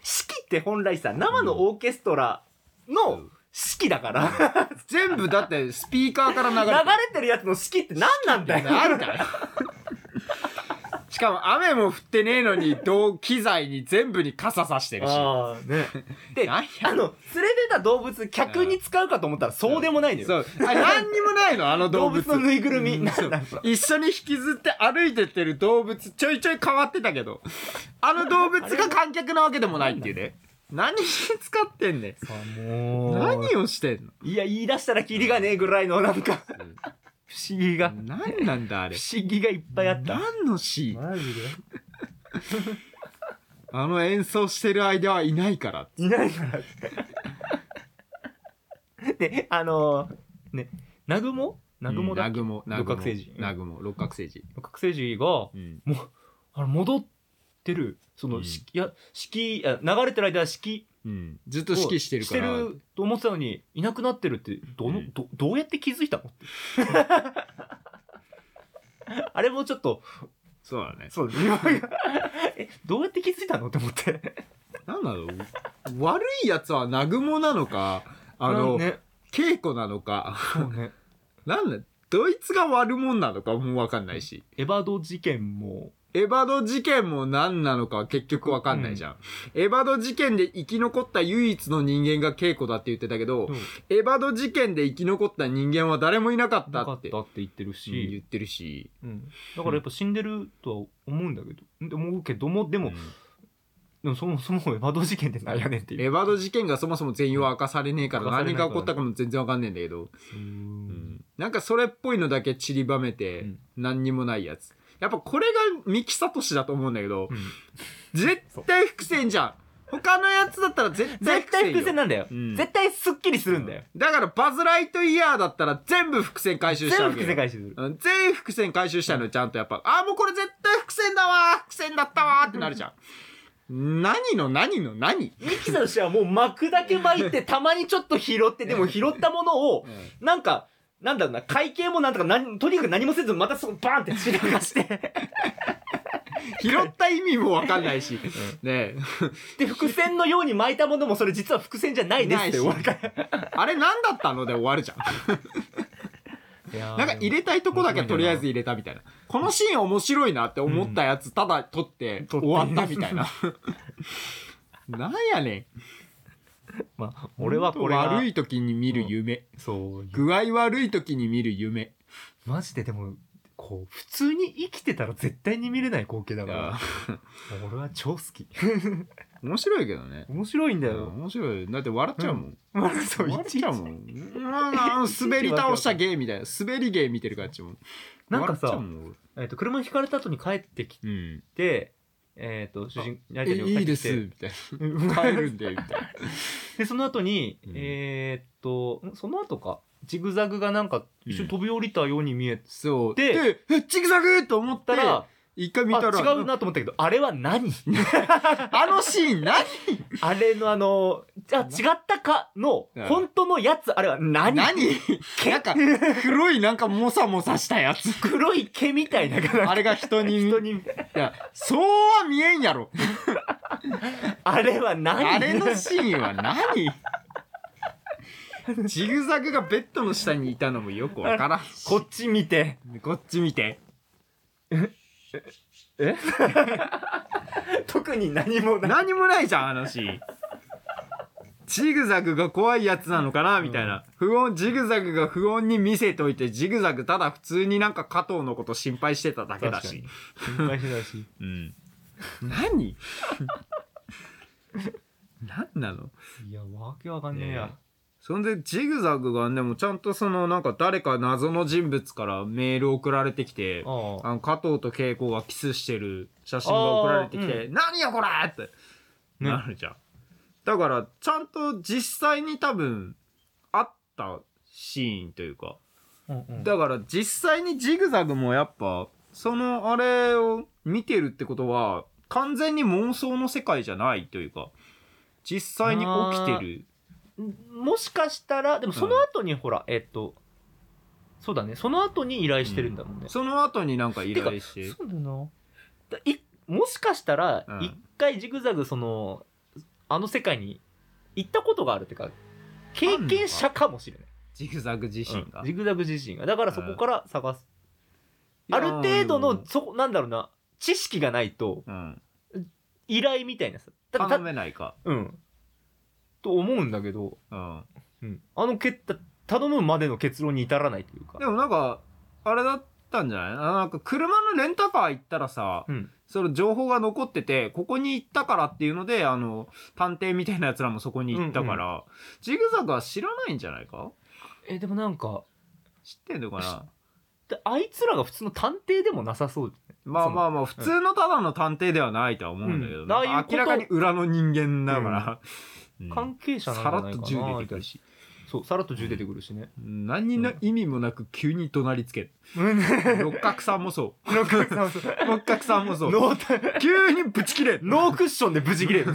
Speaker 1: 式って本来さ生のオーケストラ
Speaker 2: う
Speaker 1: の
Speaker 2: ん
Speaker 1: 式だから、
Speaker 2: 全部だってスピーカーから流
Speaker 1: 流
Speaker 2: れ
Speaker 1: れてるやつの式って何なん
Speaker 2: て
Speaker 1: だ
Speaker 2: るあ
Speaker 1: よ
Speaker 2: るからしかも雨も降ってねえのに、同機材に全部に傘さしてるし。
Speaker 1: ああ ねで
Speaker 2: なんや
Speaker 1: あの連れてた動物客に使うかと思ったらそうでもないのよ、
Speaker 2: そう。あれ何にもないの、あの
Speaker 1: 動
Speaker 2: 動物。
Speaker 1: 物のぬいぐるみ、
Speaker 2: うん
Speaker 1: な
Speaker 2: そう
Speaker 1: なんか
Speaker 2: 一緒に引きずって歩いてってる動物、ちょいちょい変わってたけど、あの動物が観客なわけでもないっていうね。何に使ってんねん。
Speaker 1: 何
Speaker 2: 何をしてんの
Speaker 1: いや言い出したらキリがねえぐらいのなんか 不思議が
Speaker 2: 何なんだあれ
Speaker 1: 不思議がいっぱいあった
Speaker 2: 何のシーン
Speaker 1: ジで
Speaker 2: あの演奏してる間はいないから
Speaker 1: いない からであのーねナグモナグモだ、
Speaker 2: うんナグモナグモ
Speaker 1: 六角星人
Speaker 2: ナグモ六角星人
Speaker 1: 六角星人が
Speaker 2: うん
Speaker 1: あれ戻ってるその、
Speaker 2: うん
Speaker 1: しいや式あ流れてる間式
Speaker 2: うんずっと指揮してるから
Speaker 1: してると思ってたのにいなくなってるってどの、
Speaker 2: うん
Speaker 1: どどうやって気づい たのあれもちょっと
Speaker 2: そうだね
Speaker 1: そうえどうやって気づいたのって思って
Speaker 2: なんだろう悪いやつはナグモなのかあの
Speaker 1: ね
Speaker 2: 稽古なのか
Speaker 1: そうね
Speaker 2: なんだどいつが悪者なのかもう分かんないし
Speaker 1: エヴァド事件も
Speaker 2: エヴァド事件も何なのかは結局わかんないじゃん。エヴァド事件で生き残った唯一の人間が稽古だって言ってたけど、エヴァド事件で生き残った人間は誰もいなかった
Speaker 1: なか
Speaker 2: っ
Speaker 1: ってたって言ってる
Speaker 2: うん言
Speaker 1: し、
Speaker 2: ってるし。
Speaker 1: うんだからやっぱ死んでるとは思うんだけど、で思うけどもでも、
Speaker 2: うん
Speaker 1: でもそもそもエヴァド事件ってなんやねんっていう
Speaker 2: エヴァド事件がそもそも全容は明かされねえから
Speaker 1: 明かされ
Speaker 2: 何
Speaker 1: ないから
Speaker 2: が起こったかも全然わかんねえんだけど、
Speaker 1: うーん
Speaker 2: なんかそれっぽいのだけ散りばめて
Speaker 1: うん
Speaker 2: 何にもないやつ。やっぱこれが三木聡だと思うんだけど、
Speaker 1: うん
Speaker 2: 絶対伏線じゃん他のやつだったら絶対
Speaker 1: 絶
Speaker 2: 伏線
Speaker 1: 対
Speaker 2: よ
Speaker 1: 伏線なんだよ、
Speaker 2: うん
Speaker 1: 絶対すっきりするんだよ、
Speaker 2: だからバズ・ライトイヤーだったら全部伏線回収した
Speaker 1: 全部
Speaker 2: わけ
Speaker 1: 伏
Speaker 2: よ
Speaker 1: 線回収する
Speaker 2: うん全伏線回収したのよちゃんとやっぱあーもうこれ絶対伏線だわー伏線だったわーってなるじゃん何の何の何、
Speaker 1: ミキさんとしてはもう巻くだけ巻い て、たまにちょっと拾って、でも拾ったものを、なんか、なんだろうな、会計もなんとかなん、とにかく何もせず、またそこバーンって散らかして、
Speaker 2: 拾った意味もわかんないし、ね
Speaker 1: で、伏線のように巻いたものも、それ実は伏線じゃないですって終わるから。
Speaker 2: えあれ何だったので終わるじゃんなんか入れたいとこだけとりあえず入れたみたいなこのシーン面白いなって思ったやつただ撮って
Speaker 1: 撮って
Speaker 2: 終わったみた いななんやね
Speaker 1: まあ、
Speaker 2: ん
Speaker 1: 俺はこれが
Speaker 2: 悪い時に見る夢、
Speaker 1: そう、
Speaker 2: 具合悪い時に見る夢
Speaker 1: マジででも、こう、普通に生きてたら絶対に見れない光景だ
Speaker 2: あ
Speaker 1: かから、俺は超好き。
Speaker 2: ー面白いけどね
Speaker 1: 面白いんだ
Speaker 2: うん
Speaker 1: よ。
Speaker 2: 面白いだって笑っちゃうもん、
Speaker 1: まあ、そう、
Speaker 2: 笑っ
Speaker 1: 一
Speaker 2: ちゃうもんうんあの滑り倒した芸みたいな滑り芸見てる感じも
Speaker 1: なんかさ
Speaker 2: 笑っちゃうもん
Speaker 1: えっと、車にひかれた後に帰ってき
Speaker 2: うん
Speaker 1: て、えっと、主人、成
Speaker 2: え
Speaker 1: 田に帰
Speaker 2: い
Speaker 1: って
Speaker 2: いで
Speaker 1: き
Speaker 2: す
Speaker 1: て
Speaker 2: みたい
Speaker 1: うん
Speaker 2: な帰るんでみたいな
Speaker 1: でその後に、
Speaker 2: うん
Speaker 1: えーっとんその後かジグザグがなんか一緒に飛び降りたように見え
Speaker 2: そう
Speaker 1: で
Speaker 2: でえジグザグと思ったたら
Speaker 1: ら、
Speaker 2: 一回見たら
Speaker 1: あ違うなと思ったけどあれは 何
Speaker 2: あのシーン何
Speaker 1: あれのあのあ違ったかの
Speaker 2: うん
Speaker 1: 本当のやつあれは何
Speaker 2: なんか黒いなんかもさもさしたや つ
Speaker 1: 黒い毛みたいな
Speaker 2: あ
Speaker 1: れ
Speaker 2: れが人に
Speaker 1: 人に
Speaker 2: いやそうは見えんやろ
Speaker 1: あれは何
Speaker 2: あれのシーンは 何ジグザグがベッドの下にいたのもよくわからんし
Speaker 1: こっち見て
Speaker 2: こっち見て
Speaker 1: 特に何もない
Speaker 2: 何もないじゃんあのシーンジグザグが怖いやつなのかなみたいな、不穏ジグザグが不穏に見せといてジグザグただ普通になんか加藤のこと心配してただけだし、
Speaker 1: 心配してたし
Speaker 2: うん、何 何なの
Speaker 1: いやわけわかんねえや
Speaker 2: ねそんでジグザグがでもちゃんとそのなんか誰か謎の人物からメール送られてきて
Speaker 1: ああ
Speaker 2: あの加藤と慶子がキスしてる写真が送られてき
Speaker 1: あー
Speaker 2: て「何よこれ!」って
Speaker 1: ね
Speaker 2: なるじゃん、だからちゃんと実際に多分あったシーンというか
Speaker 1: うんうん
Speaker 2: だから実際にジグザグもやっぱそのあれを見てるってことは完全に妄想の世界じゃないというか実際に起きてる
Speaker 1: もしかしたらでもその後にほら、えっとそうだねその後に依頼してるんだもんね、
Speaker 2: その後になんか依
Speaker 1: てか
Speaker 2: 頼して
Speaker 1: そうだなだいもしかしたら
Speaker 2: うん
Speaker 1: 一回ジグザグそのあの世界に行ったことがあるっていうか経験者かもしれない
Speaker 2: ジグザグ自身が、
Speaker 1: うんジグザグ自身がだからそこから探す、
Speaker 2: うん
Speaker 1: ある程度
Speaker 2: いや
Speaker 1: のそこなんだろうな知識がないと
Speaker 2: うん。
Speaker 1: 依頼みたいなさだから
Speaker 2: 頼
Speaker 1: た
Speaker 2: めないか。
Speaker 1: うんと思うんだけど、
Speaker 2: うん。
Speaker 1: うん、あのけった頼むまでの結論に至らないというか
Speaker 2: でもなんか、あれだったんじゃないあなんか車のレンタカー行ったらさ、
Speaker 1: うん
Speaker 2: その情報が残ってて、ここに行ったからっていうので、あの、探偵みたいな奴らもそこに行ったから、ジグザグは知らないんじゃないか
Speaker 1: えでもなんか
Speaker 2: 知ってんのか
Speaker 1: 知
Speaker 2: な
Speaker 1: であいつらが普通の探偵でもなさそう
Speaker 2: まあまあまあ、普通のただの探偵ではないとは思うんだけど、
Speaker 1: うん
Speaker 2: なんか
Speaker 1: ああいうこと
Speaker 2: 明らかに裏の人間だから、うん
Speaker 1: 関係者なんじ
Speaker 2: さ
Speaker 1: ゃ
Speaker 2: ら
Speaker 1: ない
Speaker 2: っ
Speaker 1: かな
Speaker 2: と銃出てくるし、
Speaker 1: そうさらっと銃出てくるしね、
Speaker 2: 何の意味もなく急に怒鳴りつけ る。六角さんもそう。
Speaker 1: 六角さんもそう
Speaker 2: 六角さんもそう。
Speaker 1: ノー
Speaker 2: 急にぶち切れる
Speaker 1: ノークッションで無事切れる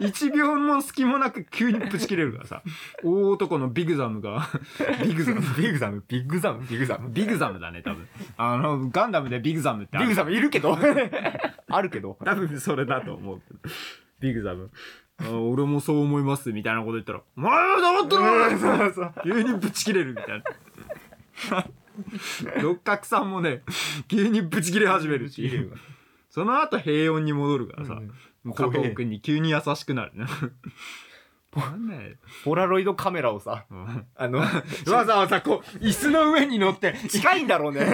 Speaker 2: 一秒も隙もなく急にぶち切れるから さ大男のビグザム がビグザム
Speaker 1: ビッグザムビッグザムビッグザム
Speaker 2: ビグザムだね多分あのガンダムでビグザムってあ
Speaker 1: ビ
Speaker 2: る
Speaker 1: ッグザムいるけどあるけど
Speaker 2: 多分それだと思うけどビグザムあ俺もそう思いますみたいなこと言ったら「お前は黙ってろ!」
Speaker 1: そうそう
Speaker 2: 急にぶち切れるみたいな 六角さんもね急にぶち切れ始めるっていうその後平穏に戻るからさ、
Speaker 1: うん
Speaker 2: もう加藤君に急に優しくなるね なんだよ
Speaker 1: ポラロイドカメラをさ
Speaker 2: うん
Speaker 1: あ の
Speaker 2: わざわざこう、椅子の上に乗って、
Speaker 1: 近いんだろうね
Speaker 2: いや、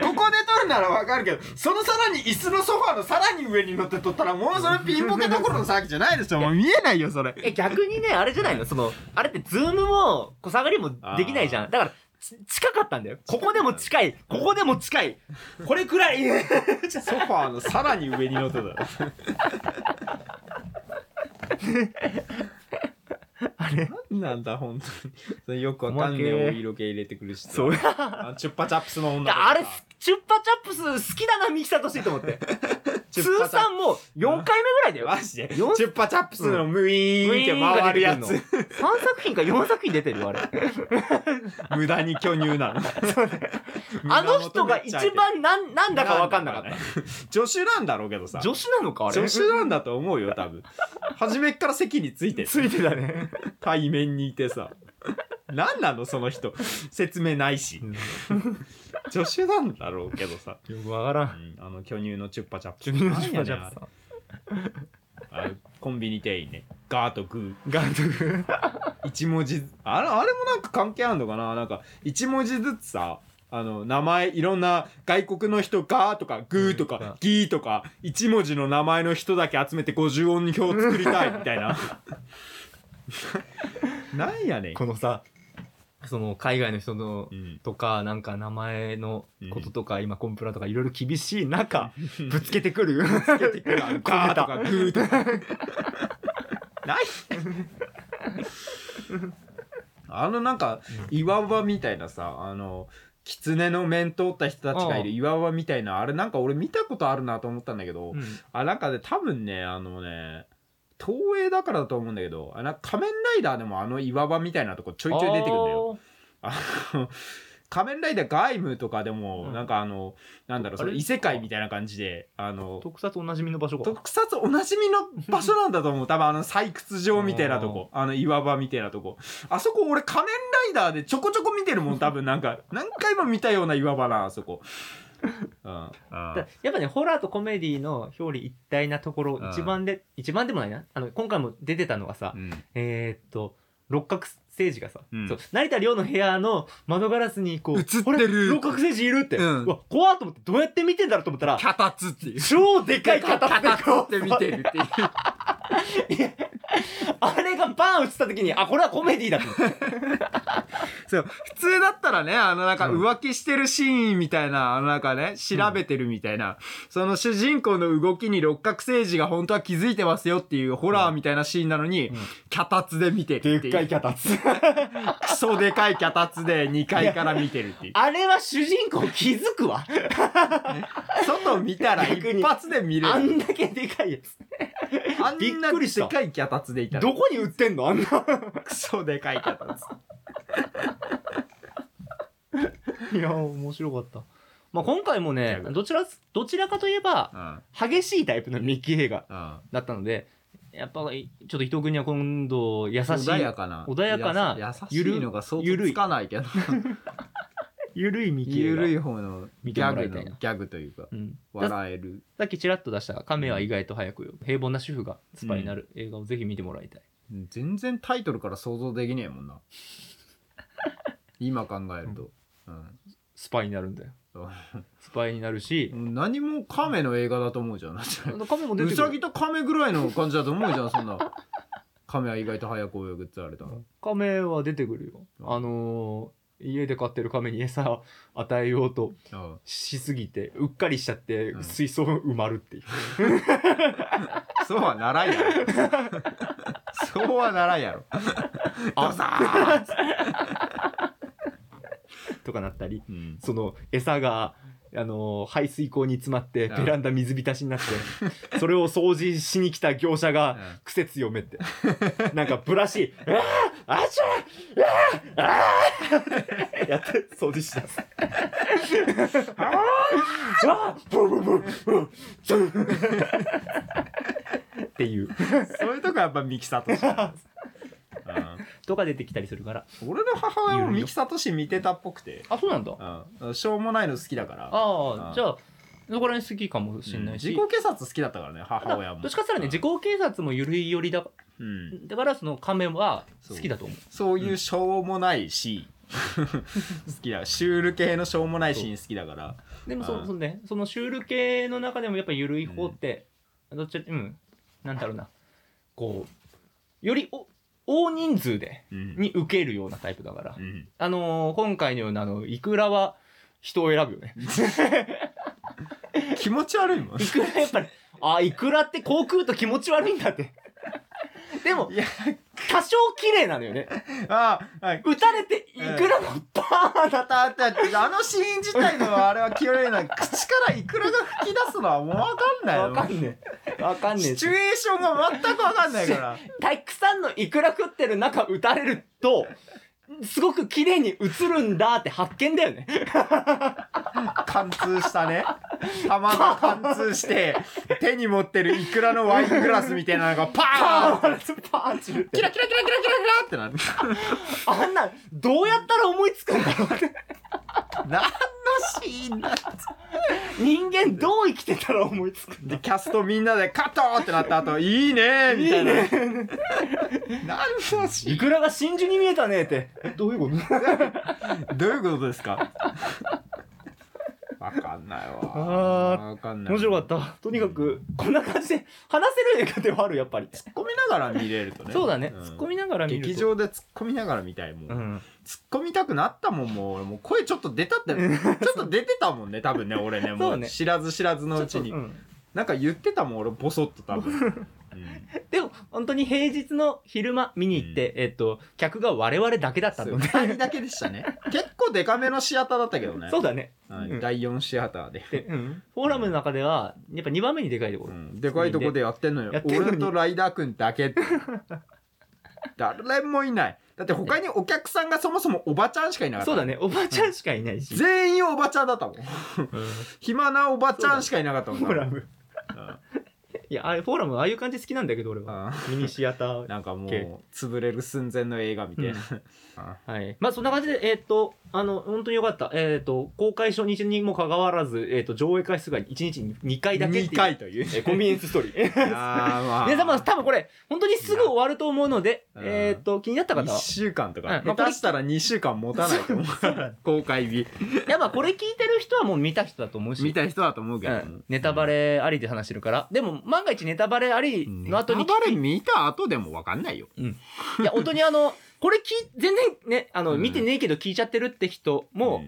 Speaker 2: ここで撮るならわかるけど、そのさらに椅子のソファーのさらに上に乗って撮ったら、もうそれピンボケどころの騒ぎじゃないでしょ。もう見えないよ、それ。
Speaker 1: え逆にねあれじゃないのそのあれってズームも小下がりもできないじゃんだからち近かったんだよここでも近いここでも近いこれくらい
Speaker 2: ソファーのさらに上に乗ってた。
Speaker 1: あれ
Speaker 2: なんだ、本当に。それよくわかんねえ
Speaker 1: おまけ
Speaker 2: お色気入れてくるしさ。
Speaker 1: そう
Speaker 2: あのチュッパチャップスの女
Speaker 1: い
Speaker 2: とか
Speaker 1: や
Speaker 2: さ。
Speaker 1: あれ、チュッパチャップス好きだな、ミキサーとしてと思 って。
Speaker 2: チュッパ
Speaker 1: 通
Speaker 2: チャッ
Speaker 1: 算もう4回目ぐらいだよ。
Speaker 2: マジで。チ
Speaker 1: 四
Speaker 2: ュッパチャップスのムイーンって回るや
Speaker 1: ウィーンが出
Speaker 2: つ
Speaker 1: て。くるの3作品か4作品出てるよ、 あれ。
Speaker 2: 無駄に巨乳なの。
Speaker 1: あの人が一番なん、なんだか分かんなかっ
Speaker 2: 助手なんだろうけどさ
Speaker 1: た。助手なのか、あれ。
Speaker 2: 助手なんだと思うよ多分初めっから席についてる
Speaker 1: ついてたね。
Speaker 2: 対面にいてさ何なのその人説明ないし助手なんだろうけどさ、
Speaker 1: よくわから
Speaker 2: う。んあの巨乳のチュッパチャップ
Speaker 1: チュッパチャップス
Speaker 2: あれコンビニ店員ねガーとグ
Speaker 1: ガン ドグ。
Speaker 2: ー一文字ずあれあれもなんか関係あるのかななんか一文字ずつさあの名前いろんな外国の人ガーとかグーと
Speaker 1: うん
Speaker 2: かギーとか一文字の名前の人だけ集めて50音表作りたいみた いななんやねん
Speaker 1: このさ、その海外の人の
Speaker 2: う、ん
Speaker 1: とか、なんか名前のこととか、今コンプラとかいろいろ厳しい中、ぶつけてくる。ぶつけて くる。
Speaker 2: ガーとかグーとか。ないあのなんか岩場みたいなさあの狐の面通った人たちがいる
Speaker 1: あ
Speaker 2: 岩場みたいなあれなんか俺見たことあるなと思ったんだけど、あなんかね多分ねあのね東映だからだと思うんだけどあなんか仮面ライダーでもあの岩場みたいなとこちょいちょい出てくるんだよ。あの仮面ライダーガイムとかでも、
Speaker 1: うん
Speaker 2: なんかあのなんだろうそ
Speaker 1: あ
Speaker 2: の
Speaker 1: れ
Speaker 2: 異世界みたいな感じであ
Speaker 1: あ
Speaker 2: の
Speaker 1: ー。特撮おなじみの場所か。
Speaker 2: 特撮おなじみの場所なんだと思う多分あの採掘場みたいなとこあの岩場みたいなとこあそこ俺仮面ライダーでちょこちょこ見てるもん多分なんか何回も見たような岩場なあそこ、うん、
Speaker 1: だやっぱねホラーとコメディの表裏一体なところ
Speaker 2: うん
Speaker 1: 一番で、一番でもないなあの今回も出てたのがさ、
Speaker 2: うん
Speaker 1: えーっと六角星児がさ、
Speaker 2: うん
Speaker 1: そう成田凌の部屋の窓ガラスにこう
Speaker 2: 映ってる
Speaker 1: あれ六角星児いるって、
Speaker 2: うん
Speaker 1: わ怖っと思ってどうやって見てんだろうと思ったら
Speaker 2: キャタツっていう
Speaker 1: 超でかい
Speaker 2: キャ
Speaker 1: 方
Speaker 2: タ
Speaker 1: で
Speaker 2: ツって見てるっていう
Speaker 1: あれがバーン映った時にあこれはコメディだと思って
Speaker 2: そう 普通だったらねあのなんか
Speaker 1: うん
Speaker 2: 浮気してるシーンみたいなあのなんかね調べてるみたいな、その主人公の動きに六角星児が本当は気づいてますよっていうホラーみたいなシーンなのに、
Speaker 1: うん
Speaker 2: キャタツ で見てるっていう
Speaker 1: 方
Speaker 2: クソでかいキャタツで2階から見てるっていう
Speaker 1: あれは主人公気づくわ
Speaker 2: 外見たら
Speaker 1: 逆
Speaker 2: 一
Speaker 1: に
Speaker 2: 発で見れる
Speaker 1: あ
Speaker 2: あん
Speaker 1: んだけでかいやつ
Speaker 2: な
Speaker 1: びっくりした
Speaker 2: でかいキャタツでいたら
Speaker 1: どこに売ってんのあんな
Speaker 2: クソでかいキャタツ
Speaker 1: いや面白かった。まあ、今回もね
Speaker 2: う、ん
Speaker 1: どちら、どちらかといえば、
Speaker 2: うん
Speaker 1: 激しいタイプのミッキー映画
Speaker 2: うん
Speaker 1: だったので、やっぱり、ちょっと伊藤君には今度、優しい。
Speaker 2: 穏やかな
Speaker 1: 穏やかな
Speaker 2: 優しいのが想像つかないけど
Speaker 1: ゆるい見切れが
Speaker 2: 緩い方のギ
Speaker 1: 見ても
Speaker 2: ャ
Speaker 1: らい
Speaker 2: グ
Speaker 1: た
Speaker 2: の
Speaker 1: い
Speaker 2: ギ
Speaker 1: な
Speaker 2: ャグというか
Speaker 1: うん、だ
Speaker 2: 笑える
Speaker 1: さっきちらっと出した亀は意外と早く平凡な主婦がスパイになる映画をぜひ見てもらいたい、
Speaker 2: うん全然タイトルから想像できねえもんな今考えると、うん
Speaker 1: スパイになるんだよ
Speaker 2: そう
Speaker 1: スパイになるし、
Speaker 2: もう何も亀の映画だと思うじゃ
Speaker 1: あ
Speaker 2: ん
Speaker 1: の亀も出
Speaker 2: ウ
Speaker 1: て
Speaker 2: サ
Speaker 1: く
Speaker 2: ギ
Speaker 1: る
Speaker 2: と亀ぐらいの感じだと思うじゃんそんな亀は意外と早く泳ぐって言われたら
Speaker 1: 亀は出てくるよあのー家で飼ってる亀に餌を与えようと
Speaker 2: うん
Speaker 1: しすぎてうっかりしちゃって
Speaker 2: うん
Speaker 1: 水槽埋まるっていう、
Speaker 2: そうはならんやろそうはならんやろ
Speaker 1: あ
Speaker 2: さ
Speaker 1: とかなったり
Speaker 2: うん
Speaker 1: その餌が、あのー排水溝に詰まって
Speaker 2: うん
Speaker 1: ベランダ水浸しになってそれを掃除しに来た業者が癖強めって。なんかブラシ、あああちゃああああやって掃除しだす。ああブブブブブっていう。
Speaker 2: そういうとこやっぱミキサトシだな
Speaker 1: とか出てきたりするから。
Speaker 2: うん俺の母親もミキサトシ見てたっぽくて
Speaker 1: あ、そうなんだ。
Speaker 2: うんしょうもないの好きだから
Speaker 1: あ
Speaker 2: あ
Speaker 1: あ、じゃあ、そこら辺好きかもしれ
Speaker 2: うん
Speaker 1: ないし。
Speaker 2: 自己警察好きだったからね母親も
Speaker 1: どっちかしたらね、自己警察もゆるいよりだ
Speaker 2: うん
Speaker 1: だから、その亀は好きだと思う。
Speaker 2: そういうしょうもないし、好きだシュール系のしょうもないシーン好きだから
Speaker 1: でもそ
Speaker 2: あー
Speaker 1: そのねそのシュール系の中でもやっぱ緩い方って、どっちうんなんだろうなこうよりお大人数で
Speaker 2: うん
Speaker 1: に受けるようなタイプだから、
Speaker 2: うん
Speaker 1: あのー今回のようなあのいくらは人を選ぶよね
Speaker 2: 気持ち悪いもん
Speaker 1: いくらやっぱりあいくらってこう食うと気持ち悪いんだ ってでも
Speaker 2: いや
Speaker 1: 多少綺麗なのよね
Speaker 2: あはい
Speaker 1: 打たれていくらもバーンだ
Speaker 2: だたってあのシーン自体のあれは清麗な口からイクラが吹き出すのはもうわかんないよ
Speaker 1: わかんねえわかんねえ
Speaker 2: シチュエーションが全くわかんないから
Speaker 1: たくさんのいくら食ってる中打たれると、すごく綺麗に映るんだって発見だよね。
Speaker 2: 貫通したね玉が貫通して手に持ってるイクラのワイングラスみたいなのが
Speaker 1: パ
Speaker 2: パー
Speaker 1: ー
Speaker 2: ン
Speaker 1: ンってパーンって言って
Speaker 2: キラキラキラキラキラキラってなる
Speaker 1: あんなん、どうやったら思いつくんだろうって。
Speaker 2: 何のシーンだ
Speaker 1: 人間どう生きてたら思いつくんだ
Speaker 2: でキャストみんなでカットーってなった後いいねーみたいな何のシ
Speaker 1: いくらが真珠に見えたねって。どういうこと
Speaker 2: ーンどういうことで すかわかんないわ
Speaker 1: あー
Speaker 2: わかん ない
Speaker 1: 面白かった。とにかく、こんな感じで話せる映画ではある、やっぱり。
Speaker 2: 突っ込みながら見れるとね
Speaker 1: そうだね。
Speaker 2: ん
Speaker 1: 突っ込みながら見ると。
Speaker 2: 劇場で突っ込みながら見たいもん、
Speaker 1: うん。
Speaker 2: 突っ込みたくなったもんもう俺もう声ちょっと出た ってちょっと出てたもんね多分ね俺ね も
Speaker 1: そううね
Speaker 2: 知らず知らずのうちに
Speaker 1: ちょっとうん
Speaker 2: なんか言ってたもん俺ボソッと 多分、うん
Speaker 1: でも、本当に平日の昼間見に行って、えっと、客が我々だけだった
Speaker 2: そ
Speaker 1: の
Speaker 2: う
Speaker 1: で。
Speaker 2: 二人だけでしたね結構デカめのシアターだったけど ね
Speaker 1: そうだね。
Speaker 2: はい
Speaker 1: うん
Speaker 2: 第4シアターで、
Speaker 1: で、フォーラムの中では、やっぱ2番目にでかいとこ
Speaker 2: う
Speaker 1: ろ。
Speaker 2: ん、でかいとこでやってんのよ
Speaker 1: やってんのに
Speaker 2: 俺とライダーくん だけ誰もいないだって他にお客さんがそもそもおばちゃんしかいなかった
Speaker 1: そうだね、おばちゃんしかいないし。
Speaker 2: 全員おばちゃんだったもん暇なおばちゃんしかいなかったもん
Speaker 1: フォーラム。いや、あれフォーラム、ああいう感じ好きなんだけど、俺
Speaker 2: う
Speaker 1: は。
Speaker 2: ん
Speaker 1: ミニシアター。
Speaker 2: なんかもう
Speaker 1: OK
Speaker 2: 潰れる寸前の映画みたいな、
Speaker 1: はい。まあ、そんな感じで、えっと、あの、本当によかった。えっと、公開初日にもかかわらず、えっと、上映回数が1日に2回だけっていう。
Speaker 2: 2回 という
Speaker 1: えーコンビニエンスストーリー。
Speaker 2: あ
Speaker 1: 皆様、多分これ、本当にすぐ終わると思うので、
Speaker 2: うん
Speaker 1: えっと、気になった方
Speaker 2: 1
Speaker 1: は。
Speaker 2: 週間とか、
Speaker 1: うんまあ
Speaker 2: 下手したら2週間持たないと 思う公開日
Speaker 1: いや、まあ、これ聞いてる人はもう見た人だと思うし。
Speaker 2: 見た人だと思うけ
Speaker 1: う
Speaker 2: ど、
Speaker 1: ん、ネタバレありで話してるから、でも万が一ネタバレあり
Speaker 2: うん
Speaker 1: の後に
Speaker 2: ネタバレ見た後でも分かんないよ
Speaker 1: いや本当にあのこれ聞い全然ねあの、
Speaker 2: うん
Speaker 1: 見てねえけど聞いちゃってるって人も、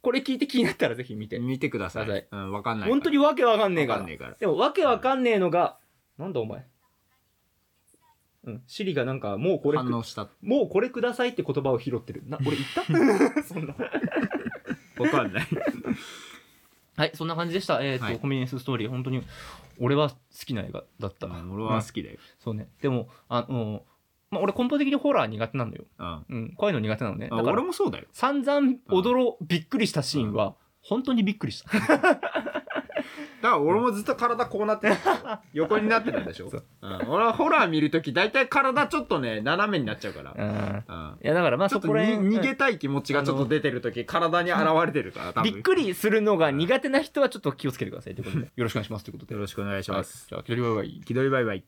Speaker 1: これ聞いて気になったらぜひ見て、
Speaker 2: うん見てください
Speaker 1: ください
Speaker 2: うん、分かんない
Speaker 1: 本当にわけわかんねえ
Speaker 2: 分
Speaker 1: か
Speaker 2: からんねえから
Speaker 1: でもわけわかんねえのがなんだお前うんシリがなんかもうこれ
Speaker 2: 反応した
Speaker 1: もうこれくださいって言葉を拾ってるな俺言った そんな
Speaker 2: 分かんない
Speaker 1: はいそんな感じでしたえっ、と、
Speaker 2: はい
Speaker 1: コンビニエンスストーリー本当に俺は好きな映画だった、
Speaker 2: うん俺は好きだよ、
Speaker 1: そうねでもあのまあ俺根本的にホラー苦手なんだよ
Speaker 2: うんあ
Speaker 1: うん、怖いの苦手なのね。だから
Speaker 2: 俺もそうだよ
Speaker 1: 散々驚、びっくりしたシーンは、本当にびっくりした。
Speaker 2: だから俺もずっと体こうなって る横になってるんでしょ、うん、俺はホラー見るとき大体体ちょっとね斜めになっちゃうから、
Speaker 1: うん
Speaker 2: うん、
Speaker 1: いやだからまあ
Speaker 2: ちょ
Speaker 1: そ
Speaker 2: っと
Speaker 1: こ
Speaker 2: に
Speaker 1: ら辺
Speaker 2: 逃げたい気持ちがちょっと出てるとき体に現れてるから多
Speaker 1: うん
Speaker 2: 分
Speaker 1: びっくりするのが 苦手な人はちょっと気をつけてくださいということでよろしくお願いしますということで
Speaker 2: よろしくお願いし
Speaker 1: は
Speaker 2: ま
Speaker 1: い
Speaker 2: す、
Speaker 1: じゃあ気取りバイバイ
Speaker 2: 気取りバイバイ